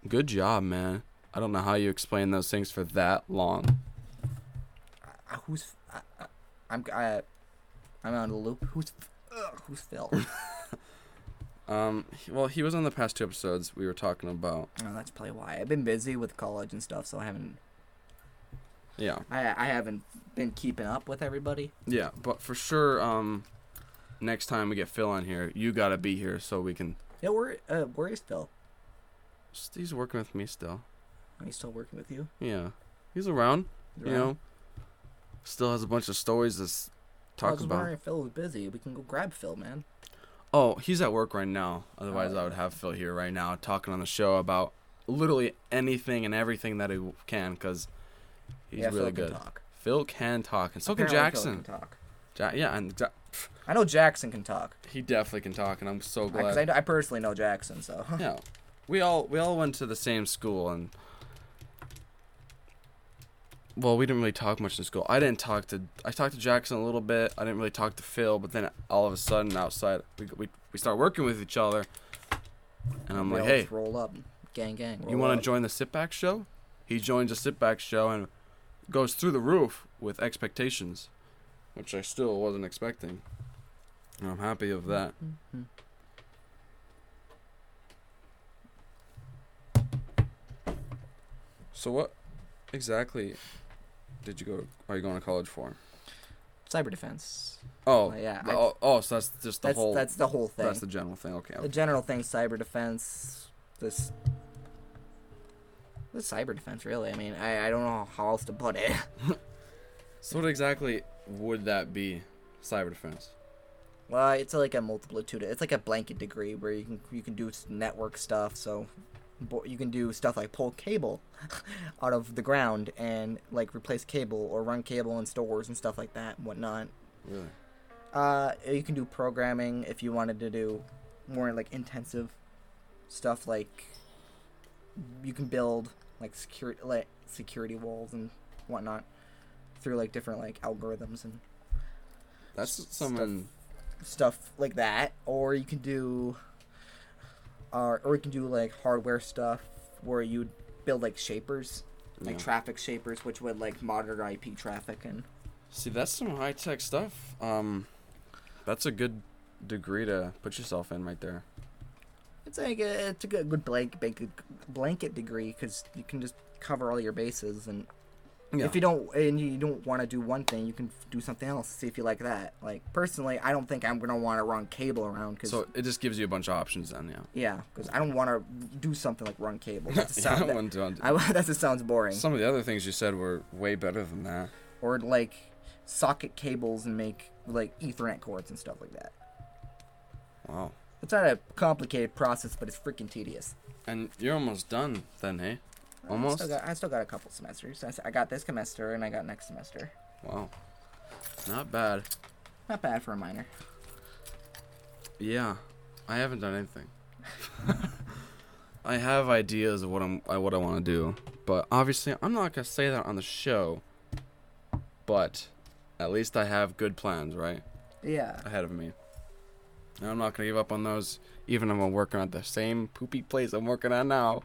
[SPEAKER 2] good job, man. I don't know how you explain those things for that long.
[SPEAKER 3] Uh, who's. I, I, I'm. I, I'm out of the loop. Who's. Ugh, who's Phil?
[SPEAKER 2] Um, he- well, he was on the past two episodes. We were talking about
[SPEAKER 3] Oh, that's probably why. I've been busy with college and stuff, so I haven't
[SPEAKER 2] yeah,
[SPEAKER 3] I I haven't been keeping up with everybody.
[SPEAKER 2] yeah, but for sure, um, next time we get Phil on here, you gotta be here so we can.
[SPEAKER 3] Yeah, where uh where is Phil?
[SPEAKER 2] He's working with me still.
[SPEAKER 3] Are you still working with you?
[SPEAKER 2] Yeah, he's around.
[SPEAKER 3] He's
[SPEAKER 2] You
[SPEAKER 3] around?
[SPEAKER 2] know, still has a bunch of stories to s-
[SPEAKER 3] I
[SPEAKER 2] talk
[SPEAKER 3] was
[SPEAKER 2] about.
[SPEAKER 3] wondering if Phil was busy. We can go grab Phil, man.
[SPEAKER 2] Oh, he's at work right now. Otherwise,
[SPEAKER 3] Oh.
[SPEAKER 2] I would have Phil here right now talking on the show about literally anything and everything that he w- can because he's
[SPEAKER 3] yeah,
[SPEAKER 2] really
[SPEAKER 3] Phil
[SPEAKER 2] good.
[SPEAKER 3] Can talk.
[SPEAKER 2] Phil can talk, and so
[SPEAKER 3] Apparently
[SPEAKER 2] can
[SPEAKER 3] Phil
[SPEAKER 2] Jackson.
[SPEAKER 3] can talk.
[SPEAKER 2] Ja- yeah, and Ja-
[SPEAKER 3] I know Jackson can talk.
[SPEAKER 2] he definitely can talk, and I'm so glad.
[SPEAKER 3] Because I, I personally know Jackson, so
[SPEAKER 2] Yeah, we all we all went to the same school, and well, we didn't really talk much in school. I didn't talk to I talked to Jackson a little bit. I didn't really talk to Phil, but then all of a sudden, outside, we we, we start working with each other, and I'm
[SPEAKER 3] We
[SPEAKER 2] like,
[SPEAKER 3] always
[SPEAKER 2] hey,
[SPEAKER 3] roll up, gang, gang.
[SPEAKER 2] you want to join the sit back show? He joins the sit back show and goes through the roof with expectations, which I still wasn't expecting. And I'm happy of that. So what exactly did you go? Are you going to college for?
[SPEAKER 3] cyber defense?
[SPEAKER 2] Oh,
[SPEAKER 3] Uh, yeah, I-
[SPEAKER 2] Oh, oh, so that's just the
[SPEAKER 3] that's
[SPEAKER 2] whole.
[SPEAKER 3] that's the whole thing.
[SPEAKER 2] that's the general thing. Okay.
[SPEAKER 3] the general thing cyber defense this this cyber defense really i mean i, I don't know how else to put it
[SPEAKER 2] So what exactly would that be? Cyber defense.
[SPEAKER 3] well it's like a multitude it's like a blanket degree where you can you can do s- network stuff so bo- you can do stuff like pull cable out of the ground and like replace cable or run cable in stores and stuff like that and whatnot
[SPEAKER 2] Really.
[SPEAKER 3] Uh, you can do programming if you wanted to do more like intensive stuff. Like you can build like security like security walls and whatnot through like different like algorithms and
[SPEAKER 2] That's someone.
[SPEAKER 3] stuff like that. Or you can do, or or you can do like hardware stuff where you build like shapers, like
[SPEAKER 2] Yeah.
[SPEAKER 3] traffic shapers, which would like monitor IP traffic and
[SPEAKER 2] See, that's some high tech stuff. Um, that's a good degree to put yourself in right there.
[SPEAKER 3] It's like a, it's a good, good blank, blanket, blanket degree because you can just cover all your bases and
[SPEAKER 2] Yeah.
[SPEAKER 3] If you don't and you don't want to do one thing, you can f- do something else. See if you like that. Like personally, I don't think I'm gonna want to run cable around because
[SPEAKER 2] So it just gives you a bunch of options then, yeah.
[SPEAKER 3] yeah, because I don't want to do something like run cable. That just
[SPEAKER 2] Yeah, I
[SPEAKER 3] sound- that-
[SPEAKER 2] wouldn't do it.
[SPEAKER 3] I, that just sounds boring.
[SPEAKER 2] Some of the other things you said were way better than that.
[SPEAKER 3] or like socket cables and make like Ethernet cords and stuff like that.
[SPEAKER 2] Wow.
[SPEAKER 3] It's not a complicated process, but it's freaking tedious.
[SPEAKER 2] And you're almost done then, hey?
[SPEAKER 3] I
[SPEAKER 2] Almost?
[SPEAKER 3] still got, I still got a couple semesters. I s- I got this semester and I got next semester.
[SPEAKER 2] Wow. Not bad.
[SPEAKER 3] Not bad for a minor.
[SPEAKER 2] Yeah. I haven't done anything. I have ideas of what I'm uh, what I want to do, but obviously I'm not going to say that on the show. But at least I have good plans, right?
[SPEAKER 3] Yeah.
[SPEAKER 2] ahead of me. And I'm not gonna give up on those, even if I'm working at the same poopy place I'm working at now.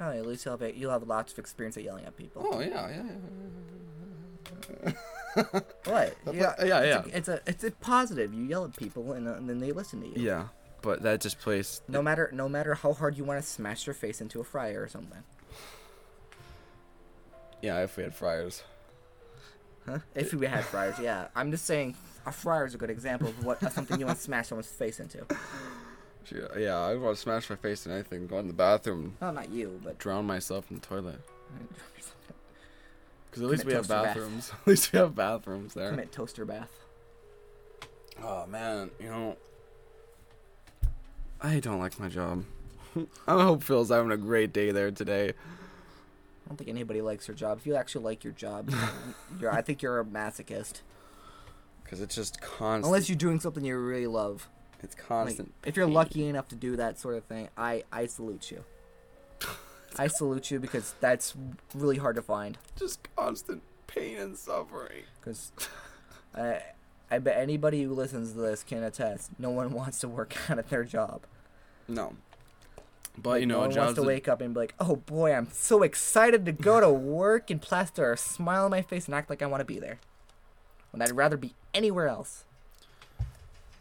[SPEAKER 3] Oh, at least you'll have, a- you'll have lots of experience at yelling at people.
[SPEAKER 2] Oh yeah, yeah,
[SPEAKER 3] What?
[SPEAKER 2] yeah, yeah, yeah, yeah.
[SPEAKER 3] It's a it's a positive. You yell at people and, uh, and then they listen to you.
[SPEAKER 2] Yeah, but that just place.
[SPEAKER 3] No matter no matter how hard you want to smash your face into a fryer or something.
[SPEAKER 2] Yeah, if we had fryers.
[SPEAKER 3] Huh? If we had fryers, yeah. I'm just saying a fryer is a good example of what of something you want to smash someone's face into.
[SPEAKER 2] Gee, Yeah, I want to smash my face in anything. Go in the bathroom,
[SPEAKER 3] Well, not you, but
[SPEAKER 2] drown myself in the toilet. Cause at least
[SPEAKER 3] Commit
[SPEAKER 2] we have
[SPEAKER 3] toaster bath.
[SPEAKER 2] bathrooms. at least we have bathrooms there.
[SPEAKER 3] commit toaster bath.
[SPEAKER 2] Oh man, you know, I don't like my job. I hope Phil's having a great day there today.
[SPEAKER 3] I don't think anybody likes your job. If you actually like your job, you're I think you're a masochist.
[SPEAKER 2] Cause it's just constant.
[SPEAKER 3] Unless you're doing something you really love.
[SPEAKER 2] it's
[SPEAKER 3] Like,
[SPEAKER 2] constant.
[SPEAKER 3] if you're lucky enough to do that sort of thing, I I salute you. I salute you because that's really hard to find.
[SPEAKER 2] just constant pain and suffering.
[SPEAKER 3] Because I I bet anybody who listens to this can attest. No one wants to work out at their job.
[SPEAKER 2] No. But
[SPEAKER 3] Like,
[SPEAKER 2] you know,
[SPEAKER 3] no
[SPEAKER 2] a
[SPEAKER 3] one wants
[SPEAKER 2] job's
[SPEAKER 3] to
[SPEAKER 2] a-
[SPEAKER 3] wake up and be like, "Oh boy, I'm so excited to go to work and plaster a smile on my face and act like I want to be there." When I'd rather be anywhere else.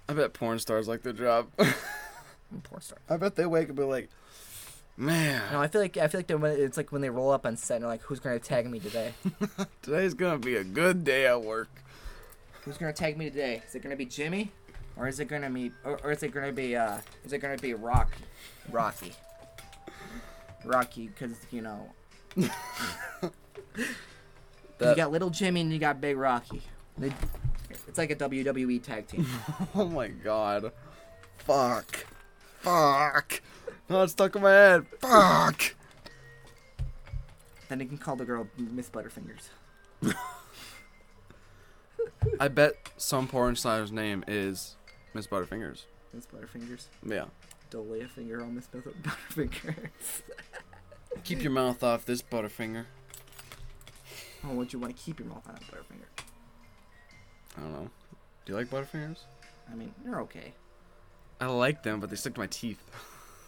[SPEAKER 2] I bet porn stars like their job.
[SPEAKER 3] I'm poor star.
[SPEAKER 2] I bet they wake up and be like, man,
[SPEAKER 3] No, I feel like I feel like they're when- it's like when they roll up on set and they're like, "Who's gonna tag me today?
[SPEAKER 2] today's gonna be a good day at work.
[SPEAKER 3] Who's gonna tag me today? Is it gonna be Jimmy, or is it gonna be, or, or is it gonna be, uh, is it gonna be Rock, Rocky, Rocky? Because you know, you
[SPEAKER 2] That-
[SPEAKER 3] got little Jimmy and you got big Rocky. They, it's like a WWE tag team.
[SPEAKER 2] oh my god. Fuck. Fuck. No, it's stuck in my head. Fuck.
[SPEAKER 3] then they can call the girl Miss Butterfingers.
[SPEAKER 2] I bet some porn star's name is Miss Butterfingers.
[SPEAKER 3] Miss Butterfingers.
[SPEAKER 2] Yeah.
[SPEAKER 3] Don't lay a finger on Miss Butter- Butterfingers.
[SPEAKER 2] Keep your mouth off this Butterfinger.
[SPEAKER 3] oh, would you want to keep your mouth on a Butterfinger?
[SPEAKER 2] I don't know. Do you like Butterfingers?
[SPEAKER 3] I mean, you're okay.
[SPEAKER 2] I like them, but they stick to my teeth.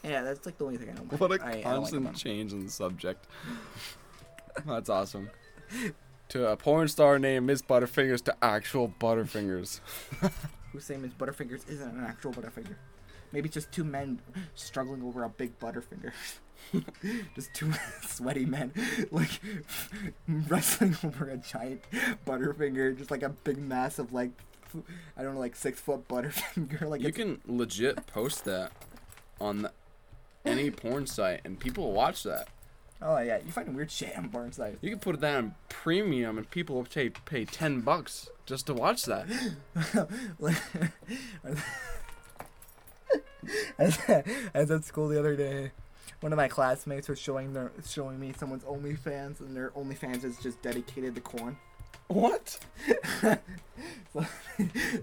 [SPEAKER 3] Yeah, that's like the only thing I know. about-
[SPEAKER 2] What a
[SPEAKER 3] I- I don't like
[SPEAKER 2] constant
[SPEAKER 3] about 'em.
[SPEAKER 2] change in the subject. That's awesome. To a porn star named Miss Butterfingers to actual Butterfingers.
[SPEAKER 3] Who's saying Miss Butterfingers isn't an actual Butterfinger? Maybe it's just two men struggling over a big Butterfinger. just two sweaty men, like wrestling over a giant Butterfinger, just like a big mass of like, I don't know, like six foot Butterfinger. Like
[SPEAKER 2] you
[SPEAKER 3] it's-
[SPEAKER 2] can legit post that on the, any porn site and people will watch that.
[SPEAKER 3] oh yeah, you find weird shit on Barnside.
[SPEAKER 2] You can put that on premium and people will pay, pay 10 bucks just to watch that.
[SPEAKER 3] as, I was at school the other day, one of my classmates was showing their showing me someone's OnlyFans, and their OnlyFans is just dedicated to corn.
[SPEAKER 2] What?
[SPEAKER 3] So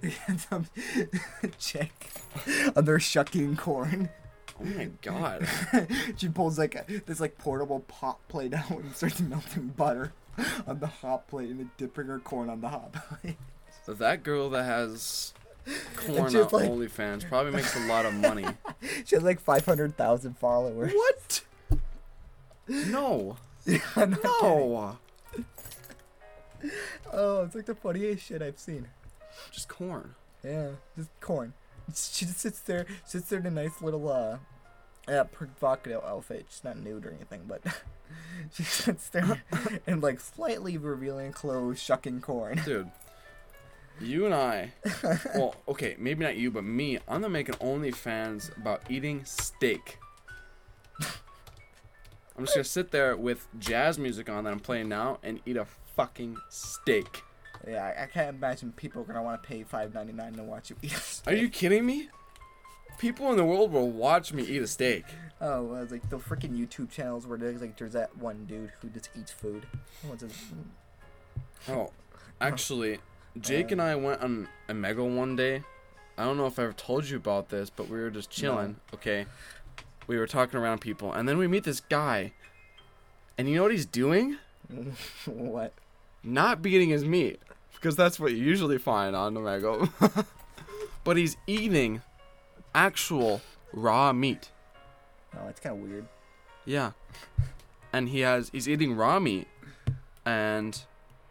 [SPEAKER 3] they had some chick on their shucking corn.
[SPEAKER 2] Oh my god.
[SPEAKER 3] she pulls like a, this like portable pot plate out and starts melting butter on the hot plate and then dipping her corn on the hot plate.
[SPEAKER 2] So that girl that has corn on
[SPEAKER 3] And she's like-
[SPEAKER 2] OnlyFans probably makes a lot of money.
[SPEAKER 3] She has like 500,000 followers.
[SPEAKER 2] what? No.
[SPEAKER 3] I'm not kidding.
[SPEAKER 2] No.
[SPEAKER 3] Oh, it's like the funniest shit I've seen.
[SPEAKER 2] Just corn.
[SPEAKER 3] Yeah, just corn. She just sits there, sits there in a nice little uh, a provocative outfit. She's not nude or anything, but she sits there in like slightly revealing clothes, shucking corn.
[SPEAKER 2] Dude, you and I. Well, okay, maybe not you, but me. I'm gonna make an OnlyFans about eating steak. I'm just gonna sit there with jazz music on that I'm playing now and eat a fucking steak.
[SPEAKER 3] Yeah, I, I can't imagine people are gonna want to pay five ninety nine to watch you eat. a
[SPEAKER 2] Are you kidding me? People in the world will watch me eat a steak.
[SPEAKER 3] Oh, uh, it's like the freaking YouTube channels where there's like there's that one dude who just eats food. What's his?
[SPEAKER 2] Oh, actually, Jake and I went on Omega one day. I don't know if I ever told you about this, but we were just chilling. Okay, we were talking around people, and then we meet this guy, and you know what he's doing?
[SPEAKER 3] what?
[SPEAKER 2] Not beating his meat, because that's what you usually find on Omega. but he's eating actual raw meat.
[SPEAKER 3] Oh, it's kind of weird.
[SPEAKER 2] Yeah. And he has he's eating raw meat and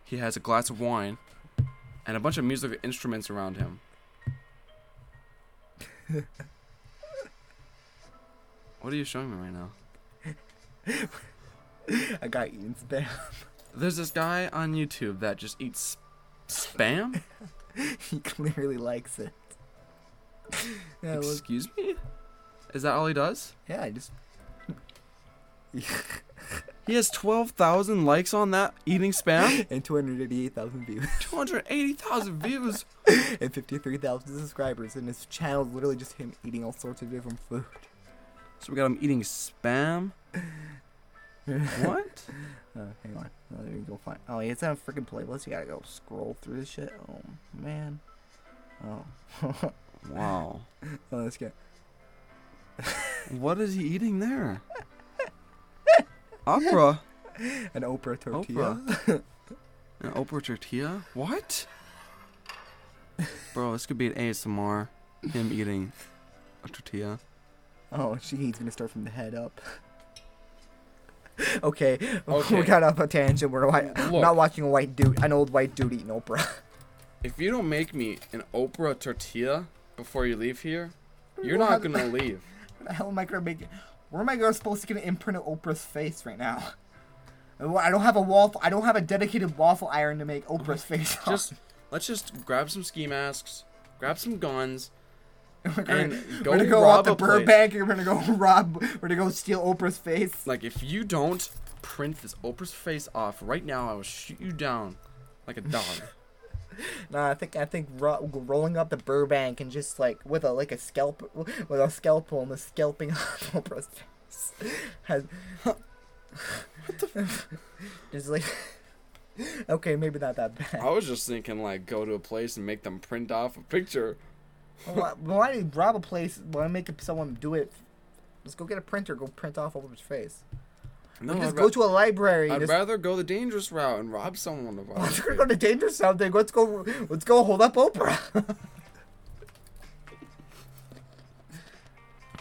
[SPEAKER 2] he has a glass of wine and a bunch of musical instruments around him. what are you showing me right now?
[SPEAKER 3] I got eaten spam.
[SPEAKER 2] There's this guy on YouTube that just eats spam?
[SPEAKER 3] he clearly likes it. Yeah, look-
[SPEAKER 2] Excuse me? Is that all he does?
[SPEAKER 3] yeah, I just.
[SPEAKER 2] He has 12,000 likes on that eating spam?
[SPEAKER 3] and 288,000 views
[SPEAKER 2] 280,000 views.
[SPEAKER 3] and 53,000 subscribers, and his channel's literally just him eating all sorts of different food.
[SPEAKER 2] So we got him eating spam. What?
[SPEAKER 3] Uh, hang on. Oh, there you go. Find. Oh, yeah, it's on a freaking playlist. You gotta go scroll through this shit. Oh man. Oh. oh,
[SPEAKER 2] Wow.
[SPEAKER 3] this guy.
[SPEAKER 2] What is he eating there? Opera.
[SPEAKER 3] An Oprah tortilla.
[SPEAKER 2] Oprah. An Oprah tortilla? What? Bro, this could be an ASMR. Him eating a tortilla.
[SPEAKER 3] Oh, she he's gonna start from the head up. okay.
[SPEAKER 2] Okay.
[SPEAKER 3] we got off a tangent. We're white,
[SPEAKER 2] Look.
[SPEAKER 3] not watching a white dude, an old white dude eating Oprah.
[SPEAKER 2] If you don't make me an Oprah tortilla before you leave here, you're not
[SPEAKER 3] What?
[SPEAKER 2] gonna leave.
[SPEAKER 3] What the hell am I gonna make? Where am I gonna supposed to get an imprint of Oprah's face right now? Oh, I don't have a waffle. I don't have a dedicated waffle iron to make Oprah's face. on.
[SPEAKER 2] Just let's just grab some ski masks, grab some guns,
[SPEAKER 3] We're gonna,
[SPEAKER 2] and
[SPEAKER 3] we're
[SPEAKER 2] go
[SPEAKER 3] gonna go
[SPEAKER 2] rob
[SPEAKER 3] out to
[SPEAKER 2] a place.
[SPEAKER 3] Burbank. and We're gonna go rob. We're gonna go steal Oprah's face.
[SPEAKER 2] Like, if you don't print this Oprah's face off right now, I will shoot you down like a dog.
[SPEAKER 3] Nah, I think I think ro- rolling up to Burbank and just like with a like a scalp with a scalpel and the scalping off Oprah's face has. just like. Okay, maybe not that bad.
[SPEAKER 2] I was just thinking, like, go to a place and make them print off a picture.
[SPEAKER 3] why, why do you rob a place? Why make someone do it? Just go get a printer. Go print off Oprah's face.
[SPEAKER 2] No,
[SPEAKER 3] just
[SPEAKER 2] I'd,
[SPEAKER 3] go
[SPEAKER 2] ra-
[SPEAKER 3] to a library.
[SPEAKER 2] Oh I'd
[SPEAKER 3] just,
[SPEAKER 2] rather go the dangerous route and rob someone of
[SPEAKER 3] I'm
[SPEAKER 2] ours.
[SPEAKER 3] just gonna go to danger something. Let's go. Let's go hold up Oprah.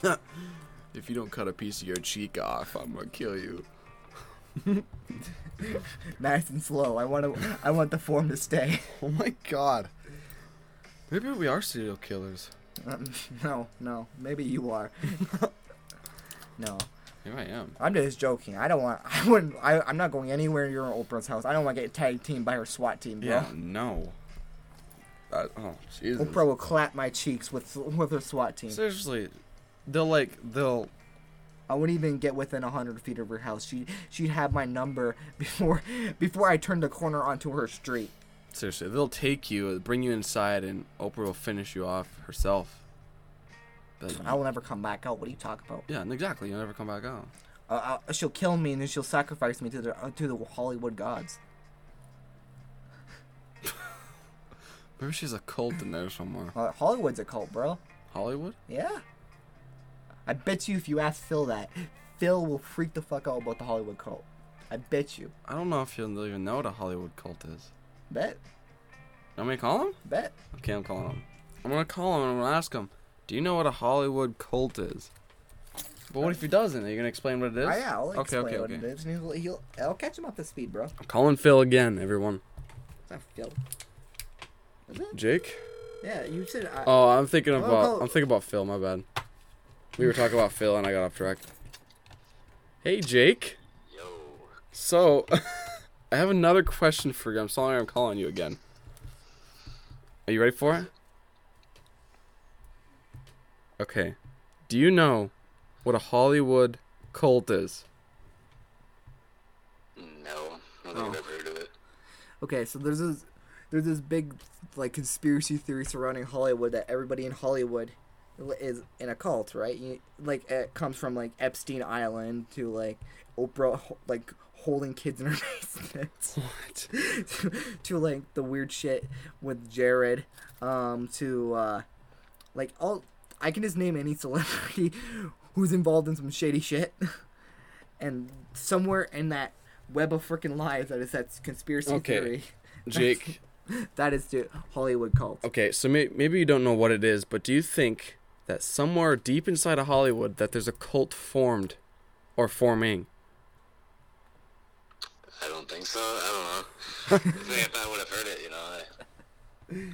[SPEAKER 2] if you don't cut a piece of your cheek off, I'm gonna kill you.
[SPEAKER 3] nice and slow. I want to. I want the form to stay.
[SPEAKER 2] Oh my god. Maybe we are serial killers.
[SPEAKER 3] Um, no, no. Maybe you are. no,
[SPEAKER 2] Here I am.
[SPEAKER 3] I'm just joking. I don't want. I wouldn't. I, I'm not going anywhere near Oprah's house. I don't want to get tag team by her SWAT team, bro.
[SPEAKER 2] Yeah, Oh, no. Uh, oh, Jesus.
[SPEAKER 3] Oprah will clap my cheeks with with her SWAT team.
[SPEAKER 2] Seriously, they'll, like, they'll.
[SPEAKER 3] I wouldn't even get within hundred feet of her house. She she'd have my number before before I turned the corner onto her street.
[SPEAKER 2] Seriously, they'll take you, bring you inside, and Oprah will finish you off herself. But,
[SPEAKER 3] I will never come back out. What are you talking about?
[SPEAKER 2] yeah, and exactly. You'll never come back out.
[SPEAKER 3] Uh, uh, she'll kill me and then she'll sacrifice me to the uh, to the Hollywood gods.
[SPEAKER 2] Maybe she's a cult in there somewhere.
[SPEAKER 3] Uh, Hollywood's a cult, bro.
[SPEAKER 2] Hollywood?
[SPEAKER 3] Yeah. I bet you if you ask Phil that, Phil will freak the fuck out about the Hollywood cult. I bet you.
[SPEAKER 2] I don't know if you'll even know what a Hollywood cult is.
[SPEAKER 3] Bet.
[SPEAKER 2] You want me to call him?
[SPEAKER 3] Bet.
[SPEAKER 2] Okay, I'm calling him. I'm gonna call him and I'm gonna ask him, do you know what a Hollywood cult is? But what if he doesn't? Are you gonna explain what it is?
[SPEAKER 3] I, Oh, Ah, yeah, I'll
[SPEAKER 2] Okay,
[SPEAKER 3] explain
[SPEAKER 2] okay,
[SPEAKER 3] what
[SPEAKER 2] okay.
[SPEAKER 3] it is. And he'll, he'll, I'll catch him up to speed, bro.
[SPEAKER 2] I'm calling Phil again, everyone.
[SPEAKER 3] It's not Phil. Is it?
[SPEAKER 2] Jake?
[SPEAKER 3] Yeah, you said I,
[SPEAKER 2] Oh, I'm thinking
[SPEAKER 3] Oh,
[SPEAKER 2] about
[SPEAKER 3] call-
[SPEAKER 2] I'm thinking about Phil, my bad. We were talking about Phil and I got off track. Hey, Jake.
[SPEAKER 5] Yo.
[SPEAKER 2] So, I have another question for you. I'm sorry I'm calling you again. Are you ready for it? Okay. Do you know what a Hollywood cult is?
[SPEAKER 5] No. I don't think I've ever heard of it.
[SPEAKER 3] Okay, so there's this there's this big like conspiracy theory surrounding Hollywood that everybody in Hollywood li- is in a cult, right? You, like it comes from like Epstein Island to like Oprah ho- like holding kids in her basement
[SPEAKER 2] What?
[SPEAKER 3] to, to like the weird shit with Jared um to uh like all I can just name any celebrity who's involved in some shady shit. And somewhere in that web of freaking lies that is that conspiracy
[SPEAKER 2] Okay.
[SPEAKER 3] theory.
[SPEAKER 2] Jake.
[SPEAKER 3] That is the Hollywood cult.
[SPEAKER 2] Okay, so may- maybe you don't know what it is, but do you think that somewhere deep inside of Hollywood that there's a cult formed or forming?
[SPEAKER 5] I don't think so. I don't know. I think if I would have heard it, you know. I,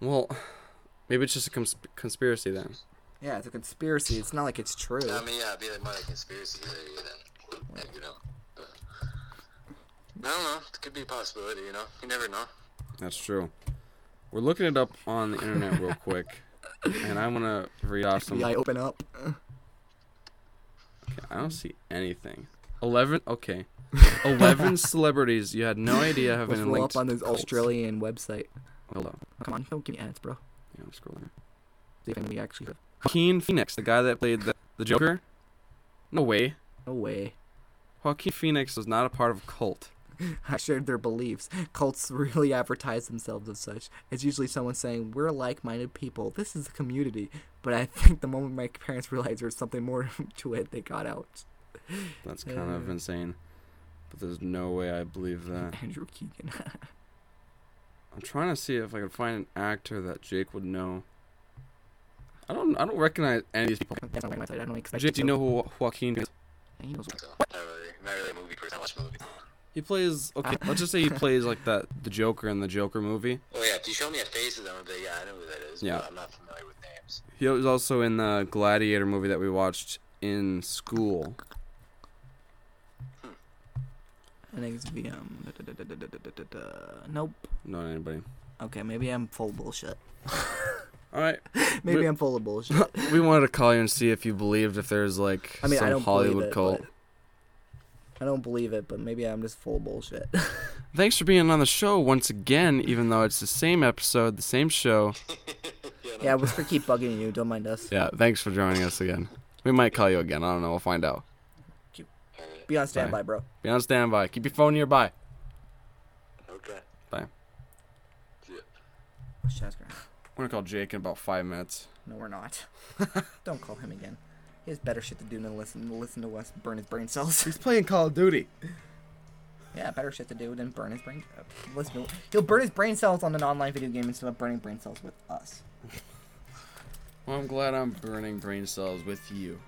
[SPEAKER 2] Well, maybe it's just a cons- conspiracy then.
[SPEAKER 3] Yeah, it's a conspiracy. It's not like it's true.
[SPEAKER 5] I mean, yeah, it'd be like more like conspiracy theory than, than you know. But, I don't know. It could be a possibility, you know. You never know.
[SPEAKER 2] That's true. We're looking it up on the internet real quick, and I'm gonna read off some.
[SPEAKER 3] Yeah, I open up.
[SPEAKER 2] I don't see anything. Eleven. Okay. Eleven celebrities you had no idea have
[SPEAKER 3] Let's
[SPEAKER 2] been
[SPEAKER 3] roll
[SPEAKER 2] linked.
[SPEAKER 3] up on this
[SPEAKER 2] to cults.
[SPEAKER 3] Australian website.
[SPEAKER 2] Hold on.
[SPEAKER 3] Come on, don't give me ads, bro.
[SPEAKER 2] Yeah, I'm scrolling.
[SPEAKER 3] See if anybody actually.
[SPEAKER 2] Joaquin Phoenix, the guy that played the, the Joker. No way.
[SPEAKER 3] No way.
[SPEAKER 2] Joaquin Phoenix was not a part of a cult.
[SPEAKER 3] I shared their beliefs. Cults really advertise themselves as such. It's usually someone saying, We're like minded people. This is a community. But I think the moment my parents realized there was something more to it, they got out.
[SPEAKER 2] That's kind of
[SPEAKER 3] Yeah.
[SPEAKER 2] insane. But there's no way I believe that.
[SPEAKER 3] Andrew Keegan.
[SPEAKER 2] I'm trying to see if I can find an actor that Jake would know. I don't. I don't recognize any of these people.
[SPEAKER 3] That's not my website. I don't expect
[SPEAKER 2] Jake, do you know who Joaquin is?
[SPEAKER 3] He knows
[SPEAKER 5] So, not really, not really a movie person. I watch movies. Oh,
[SPEAKER 2] He plays okay. let's just say he plays like that the Joker in the Joker movie.
[SPEAKER 5] Oh yeah, if you show me a face of them, I'd be like, yeah, I know who that is.
[SPEAKER 2] Yeah.
[SPEAKER 5] But I'm not familiar with names.
[SPEAKER 2] He was also in the Gladiator movie that we watched in school.
[SPEAKER 3] NXVM. um, Da, da, da, da, da, da, da, da. Nope.
[SPEAKER 2] Not anybody.
[SPEAKER 3] Okay, maybe I'm full of bullshit.
[SPEAKER 2] All right,
[SPEAKER 3] Maybe
[SPEAKER 2] Wait.
[SPEAKER 3] I'm full of bullshit.
[SPEAKER 2] we wanted to call you and see if you believed if there's like
[SPEAKER 3] I mean, I
[SPEAKER 2] some
[SPEAKER 3] don't believe
[SPEAKER 2] Hollywood
[SPEAKER 3] it,
[SPEAKER 2] cult.
[SPEAKER 3] but- I don't believe it, but maybe I'm just full of bullshit.
[SPEAKER 2] Thanks for being on the show once again, even though it's the same episode, the same show.
[SPEAKER 3] yeah, we're just keep bugging you. Don't mind us.
[SPEAKER 2] Yeah, thanks for joining us again. We might call you again. I don't know. We'll find out.
[SPEAKER 3] Be on standby, bro.
[SPEAKER 2] Be on standby. Keep your phone nearby.
[SPEAKER 5] Okay.
[SPEAKER 2] Bye.
[SPEAKER 5] Yeah.
[SPEAKER 3] Shasker.
[SPEAKER 2] We're gonna call Jake in about five minutes.
[SPEAKER 3] No, we're not. don't call him again. He has better shit to do than listen to listen to us burn his brain cells.
[SPEAKER 2] playing Call of Duty.
[SPEAKER 3] yeah, better shit to do than burn his brain. Uh, listen, to- he'll burn his brain cells on an online video game instead of burning brain cells with us.
[SPEAKER 2] Well, I'm glad I'm burning brain cells with you.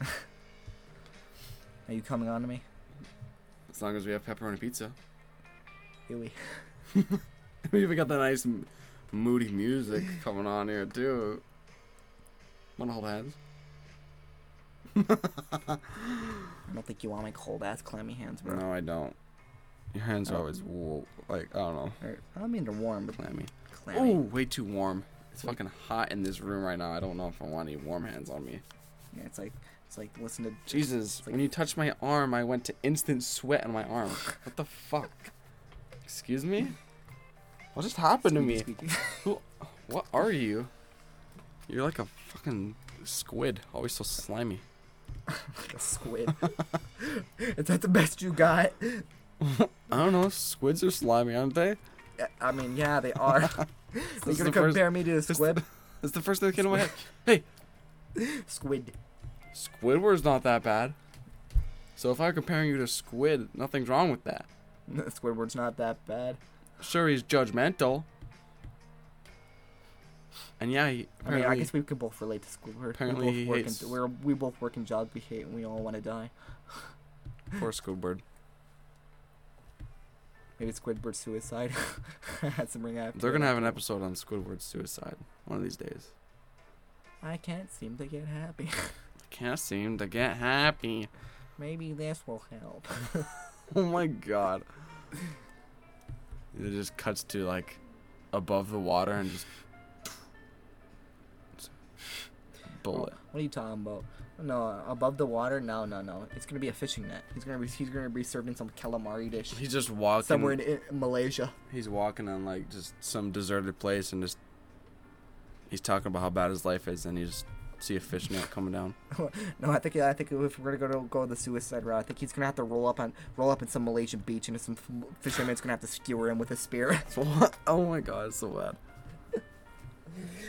[SPEAKER 3] Are you coming on to me,
[SPEAKER 2] As long as we have pepperoni pizza.
[SPEAKER 3] Huey?
[SPEAKER 2] we even got that nice m- moody music coming on here too. Wanna hold hands?
[SPEAKER 3] I don't think you want my cold ass clammy hands, bro.
[SPEAKER 2] No, I don't. Your hands are always wo- like I don't know,
[SPEAKER 3] Or- I don't mean they're warm, but
[SPEAKER 2] clammy.
[SPEAKER 3] clammy.
[SPEAKER 2] Oh, way too warm. It's fucking hot in this room right now. I don't know if I want any warm hands on me.
[SPEAKER 3] Yeah, it's like it's like listen to
[SPEAKER 2] Jesus, when you touched my arm, I went to instant sweat on my arm. What the fuck? Excuse me? What just happened to me? Who? What are you? You're like a fucking squid, always so slimy.
[SPEAKER 3] like a squid. Is that the best you got?
[SPEAKER 2] I don't know. Squids are slimy, aren't they?
[SPEAKER 3] I mean, yeah, they are. You're
[SPEAKER 2] is
[SPEAKER 3] gonna
[SPEAKER 2] the first-
[SPEAKER 3] compare me to a squid?
[SPEAKER 2] That's the first thing that came to my head. Hey,
[SPEAKER 3] Squid.
[SPEAKER 2] Squidward's not that bad. So if I'm comparing you to Squid, nothing's wrong with that.
[SPEAKER 3] Squidward's not that bad.
[SPEAKER 2] Sure, he's judgmental. And yeah, he
[SPEAKER 3] I mean, I
[SPEAKER 2] apparently,
[SPEAKER 3] guess we could both relate to Squidward.
[SPEAKER 2] apparently
[SPEAKER 3] we
[SPEAKER 2] he
[SPEAKER 3] both work
[SPEAKER 2] hates-
[SPEAKER 3] in, we're, we both work in jobs we hate, and we all want to die.
[SPEAKER 2] poor Squidward.
[SPEAKER 3] Maybe Squidward suicide had some ring after.
[SPEAKER 2] They're gonna
[SPEAKER 3] it.
[SPEAKER 2] have an episode on Squidward's suicide one of these days.
[SPEAKER 3] I can't seem to get happy.
[SPEAKER 2] Can't seem to get happy.
[SPEAKER 3] Maybe this will help.
[SPEAKER 2] Oh my god. It just cuts to like above the water and just bullet.
[SPEAKER 3] What are you talking about? No, above the water? No, no, no. It's gonna be a fishing net. He's gonna be he's gonna be serving some calamari dish
[SPEAKER 2] He's just walking
[SPEAKER 3] somewhere in, in Malaysia.
[SPEAKER 2] He's walking on like just some deserted place and just he's talking about how bad his life is and you just see a fishnet coming down.
[SPEAKER 3] no, I think I think if we're gonna go go the suicide route, I think he's gonna have to roll up on roll up in some Malaysian beach and some f- fisherman's gonna have to skewer him with a spear.
[SPEAKER 2] oh my god, it's so bad.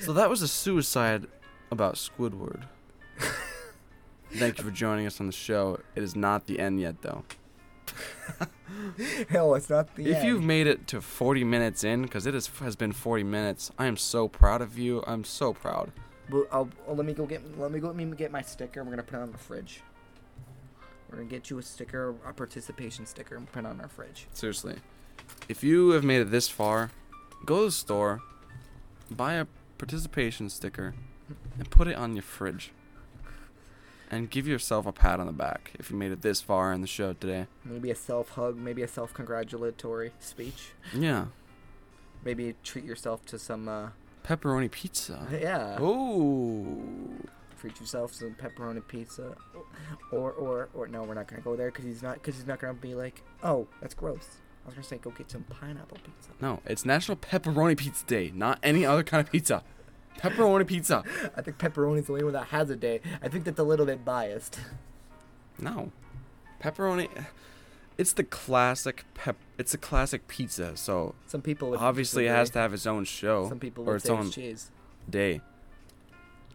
[SPEAKER 2] so that was a suicide about Squidward. Thank you for joining us on the show. It is not the end yet though.
[SPEAKER 3] Hell, it's not the
[SPEAKER 2] If
[SPEAKER 3] end.
[SPEAKER 2] you've made it to 40 minutes in, because it is, has been 40 minutes, I am so proud of you. I'm so proud.
[SPEAKER 3] Well, I'll, oh, let me go get let me go let me get my sticker. We're gonna put it on the fridge. We're gonna get you a sticker, a participation sticker, and put it on our fridge.
[SPEAKER 2] Seriously. If you have made it this far, go to the store, buy a participation sticker, and put it on your fridge. And give yourself a pat on the back if you made it this far in the show today.
[SPEAKER 3] Maybe a self hug, maybe a self congratulatory speech.
[SPEAKER 2] Yeah.
[SPEAKER 3] Maybe treat yourself to some uh
[SPEAKER 2] Pepperoni pizza.
[SPEAKER 3] yeah.
[SPEAKER 2] Oh.
[SPEAKER 3] Treat yourself some pepperoni pizza, or or or no, we're not gonna go there because he's not because he's not gonna be like, oh, that's gross. I was gonna say go get some pineapple pizza.
[SPEAKER 2] No, it's National Pepperoni Pizza Day, not any other kind of pizza. Pepperoni pizza.
[SPEAKER 3] I think pepperoni's the only one that has a day. I think that's a little bit biased.
[SPEAKER 2] No. Pepperoni it's the classic pep it's a classic pizza, so
[SPEAKER 3] Some people would
[SPEAKER 2] obviously it
[SPEAKER 3] disagree.
[SPEAKER 2] has to have its own show
[SPEAKER 3] Some people
[SPEAKER 2] or
[SPEAKER 3] would
[SPEAKER 2] its
[SPEAKER 3] say
[SPEAKER 2] own
[SPEAKER 3] it's cheese.
[SPEAKER 2] day.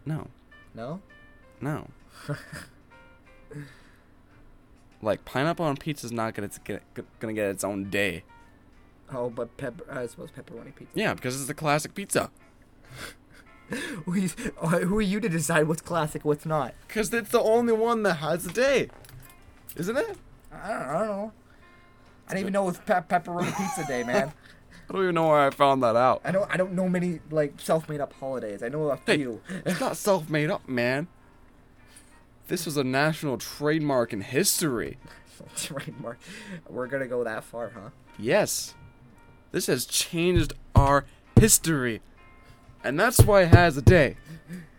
[SPEAKER 2] No.
[SPEAKER 3] No,
[SPEAKER 2] No. like pineapple on pizza is not gonna get gonna get its own day.
[SPEAKER 3] oh, but pepper. I suppose pepperoni pizza.
[SPEAKER 2] Yeah, because it's the classic pizza.
[SPEAKER 3] We- uh, Who are you to decide what's classic, what's not?
[SPEAKER 2] Because it's the only one that has a day, isn't it?
[SPEAKER 3] I don't, I don't know. I don't even know it's pe- pepperoni pizza day, man.
[SPEAKER 2] I don't even know where I found that out.
[SPEAKER 3] I don't. I don't know many like self-made up holidays. I know a
[SPEAKER 2] Hey,
[SPEAKER 3] few.
[SPEAKER 2] it's not self-made up, man. This was a national trademark in history.
[SPEAKER 3] Trademark. We're gonna go that far, huh?
[SPEAKER 2] Yes. This has changed our history. And that's why it has a day.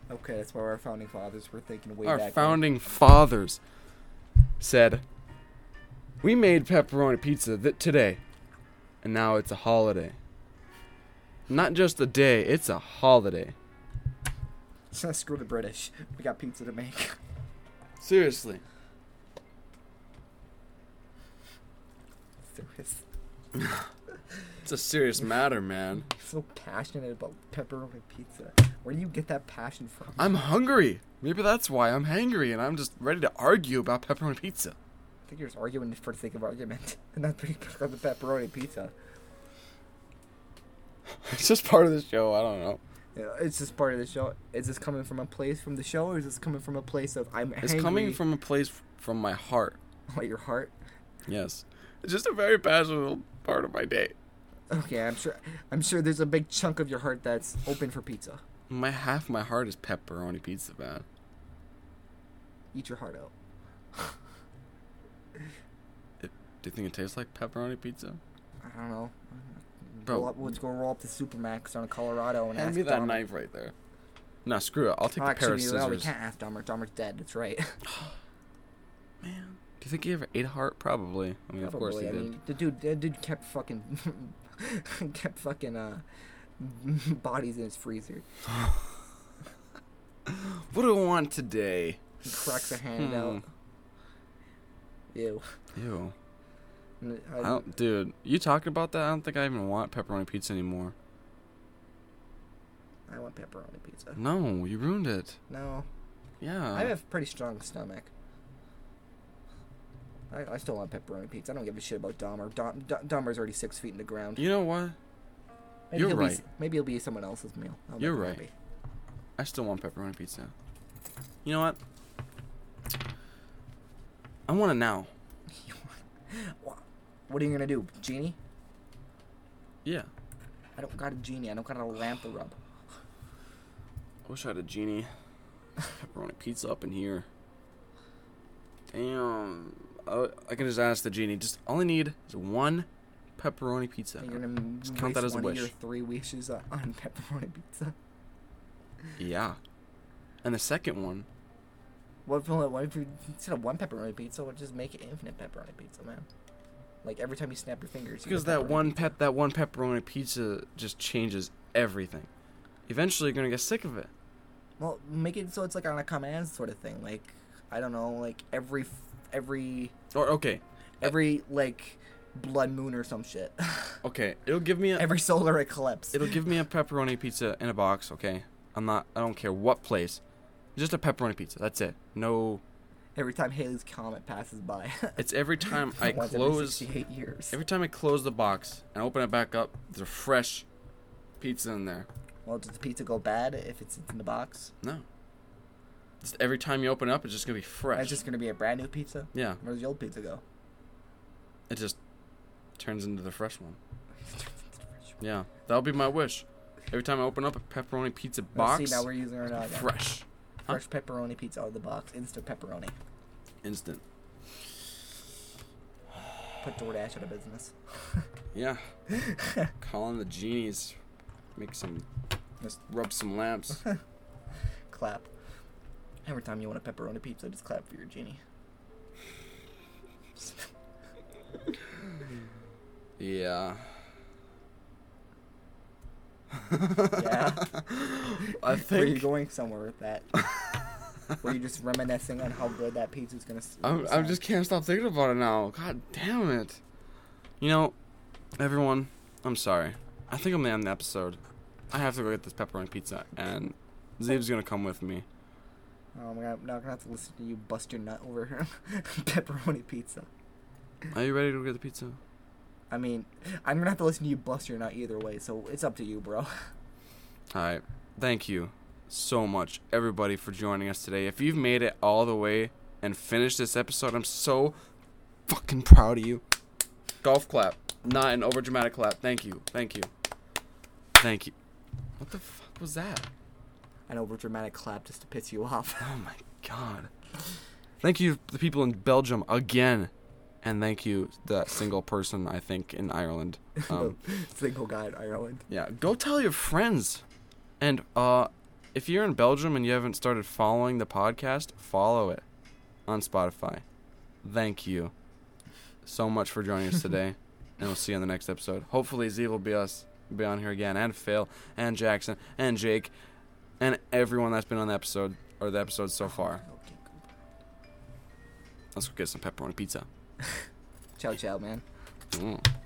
[SPEAKER 3] Okay, that's why our founding fathers were thinking way
[SPEAKER 2] our
[SPEAKER 3] back. then.
[SPEAKER 2] founding fathers said, We made pepperoni pizza th- today, and now it's a holiday. Not just a day, it's a holiday.
[SPEAKER 3] Screw the British. We got pizza to make.
[SPEAKER 2] Seriously.
[SPEAKER 3] Serious.
[SPEAKER 2] It's a serious matter, man.
[SPEAKER 3] so passionate about pepperoni pizza. Where do you get that passion from?
[SPEAKER 2] I'm hungry. Maybe that's why I'm hangry and I'm just ready to argue about pepperoni pizza.
[SPEAKER 3] I think you're just arguing for the sake of argument, and not because of the pepperoni pizza.
[SPEAKER 2] It's just part of the show, I don't know.
[SPEAKER 3] Yeah, it's just part of the show. Is this coming from a place from the show, or is this coming from a place of I'm?
[SPEAKER 2] It's
[SPEAKER 3] hangry
[SPEAKER 2] coming from a place f- from my heart.
[SPEAKER 3] what, your heart.
[SPEAKER 2] Yes. It's just a very passionate part of my day.
[SPEAKER 3] Okay, I'm sure. I'm sure there's a big chunk of your heart that's open for pizza.
[SPEAKER 2] My half my heart is pepperoni pizza, man.
[SPEAKER 3] Eat your heart out.
[SPEAKER 2] It, do you think it tastes like pepperoni pizza?
[SPEAKER 3] I don't know.
[SPEAKER 2] Bro.
[SPEAKER 3] Roll up, let's go roll up to Supermax down in Colorado and
[SPEAKER 2] Hand
[SPEAKER 3] ask
[SPEAKER 2] me that
[SPEAKER 3] Dahmer.
[SPEAKER 2] knife right there. No, screw it. I'll take
[SPEAKER 3] Oh,
[SPEAKER 2] the pair of
[SPEAKER 3] actually, no, we
[SPEAKER 2] scissors.
[SPEAKER 3] can't ask Dahmer. Dahmer's dead. That's right.
[SPEAKER 2] Man, do you think he ever ate a heart? Probably. I mean, of course he
[SPEAKER 3] Probably. I
[SPEAKER 2] did.
[SPEAKER 3] mean, the dude, the dude kept fucking, kept fucking uh, bodies in his freezer.
[SPEAKER 2] What do I want today?
[SPEAKER 3] He cracks a
[SPEAKER 2] Hmm.
[SPEAKER 3] hand out. Ew.
[SPEAKER 2] Ew.
[SPEAKER 3] N- I-
[SPEAKER 2] I don't, dude, you talking about that? I don't think I even want pepperoni pizza anymore.
[SPEAKER 3] I want pepperoni pizza.
[SPEAKER 2] No, you ruined it.
[SPEAKER 3] No,
[SPEAKER 2] Yeah.
[SPEAKER 3] I have a pretty strong stomach. I, I still want pepperoni pizza. I don't give a shit about Dahmer. Dom, D- Dahmer's already six feet in the ground.
[SPEAKER 2] you know what?
[SPEAKER 3] Maybe
[SPEAKER 2] you're
[SPEAKER 3] he'll Be,
[SPEAKER 2] right.
[SPEAKER 3] s- maybe it'll be someone else's meal. I'll make
[SPEAKER 2] You're
[SPEAKER 3] him
[SPEAKER 2] right.
[SPEAKER 3] happy.
[SPEAKER 2] I still want pepperoni pizza. You know what? I want it now.
[SPEAKER 3] Wha- What are you gonna do, genie?
[SPEAKER 2] Yeah.
[SPEAKER 3] I don't got a genie. I don't got a lamp to rub.
[SPEAKER 2] I wish I had a genie. pepperoni pizza up in here. Damn. I, I can just ask the genie. Just all I need is one pepperoni pizza.
[SPEAKER 3] You're gonna
[SPEAKER 2] Just count that
[SPEAKER 3] waste
[SPEAKER 2] as
[SPEAKER 3] one
[SPEAKER 2] a wish.
[SPEAKER 3] Of your three wishes on- on pepperoni pizza.
[SPEAKER 2] Yeah. And the second one,
[SPEAKER 3] What if, what if you instead of one pepperoni pizza, what just make it infinite pepperoni pizza, man? Like every time you snap your fingers. you
[SPEAKER 2] because
[SPEAKER 3] get
[SPEAKER 2] that
[SPEAKER 3] pepperoni
[SPEAKER 2] one
[SPEAKER 3] pizza.
[SPEAKER 2] pep that one pepperoni pizza just changes everything. Eventually, you're gonna get sick of it.
[SPEAKER 3] Well, make it so it's like on a command sort of thing. Like I don't know, like every f- every
[SPEAKER 2] Or okay,
[SPEAKER 3] every like blood moon or some shit.
[SPEAKER 2] okay, it'll give me a
[SPEAKER 3] every solar eclipse.
[SPEAKER 2] it'll give me a pepperoni pizza in a box. Okay, I'm not. I don't care what place. Just a pepperoni pizza. That's it. No.
[SPEAKER 3] every time Haley's comet passes by.
[SPEAKER 2] It's every time I
[SPEAKER 3] Once every
[SPEAKER 2] close.
[SPEAKER 3] 68 years.
[SPEAKER 2] Every time I close the box and open it back up, there's a fresh pizza in there.
[SPEAKER 3] Well, does the pizza go bad if it's in the box?
[SPEAKER 2] No. Just every time you open it up, it's just gonna be fresh.
[SPEAKER 3] That's just gonna be a brand new pizza.
[SPEAKER 2] yeah,
[SPEAKER 3] Where does the old pizza go?
[SPEAKER 2] it just turns into the fresh one. Yeah, that'll be my wish. Every time I open up a pepperoni pizza box,
[SPEAKER 3] See, now we're using our uh,
[SPEAKER 2] fresh,
[SPEAKER 3] fresh pepperoni pizza out of the box, instant pepperoni.
[SPEAKER 2] instant.
[SPEAKER 3] Put DoorDash out of business.
[SPEAKER 2] Yeah, calling the genies, make some,
[SPEAKER 3] Just-
[SPEAKER 2] rub some lamps.
[SPEAKER 3] clap. Every time you want a pepperoni pizza, just clap for your genie.
[SPEAKER 2] Yeah.
[SPEAKER 3] Yeah.
[SPEAKER 2] I
[SPEAKER 3] Were you
[SPEAKER 2] think
[SPEAKER 3] going somewhere with that? Were you just reminiscing on how good that pizza's gonna? s-
[SPEAKER 2] I'm, I
[SPEAKER 3] sound?
[SPEAKER 2] just can't stop thinking about it now. God damn it. You know, everyone, I'm sorry. I think I'm gonna end the episode. I have to go get this pepperoni pizza, and Zeeb's gonna come with me.
[SPEAKER 3] Oh my god! Now I'm gonna have to listen to you bust your nut over her pepperoni pizza.
[SPEAKER 2] Are you ready to go get the pizza?
[SPEAKER 3] I mean, I'm gonna have to listen to you bust your nut either way, so it's up to you, bro.
[SPEAKER 2] Alright. Thank you so much, everybody, for joining us today. If you've made it all the way and finished this episode, I'm so fucking proud of you. Golf clap. Not an over dramatic clap. Thank you. Thank you. Thank you. What the fuck was that?
[SPEAKER 3] An overdramatic clap just to piss you off.
[SPEAKER 2] Oh my god. Thank you the people in Belgium again. And thank you that single person I think in Ireland. Um,
[SPEAKER 3] Single guy in Ireland.
[SPEAKER 2] yeah, go tell your friends. And uh if you're in Belgium and you haven't started following the podcast, follow it on Spotify. Thank you so much for joining us today. and we'll see you on the next episode. Hopefully Z will be us be on here again and Phil and Jackson and Jake and everyone that's been on the episode or the episode so far. Let's go get some pepperoni pizza.
[SPEAKER 3] Ciao, ciao, man.
[SPEAKER 2] Mm.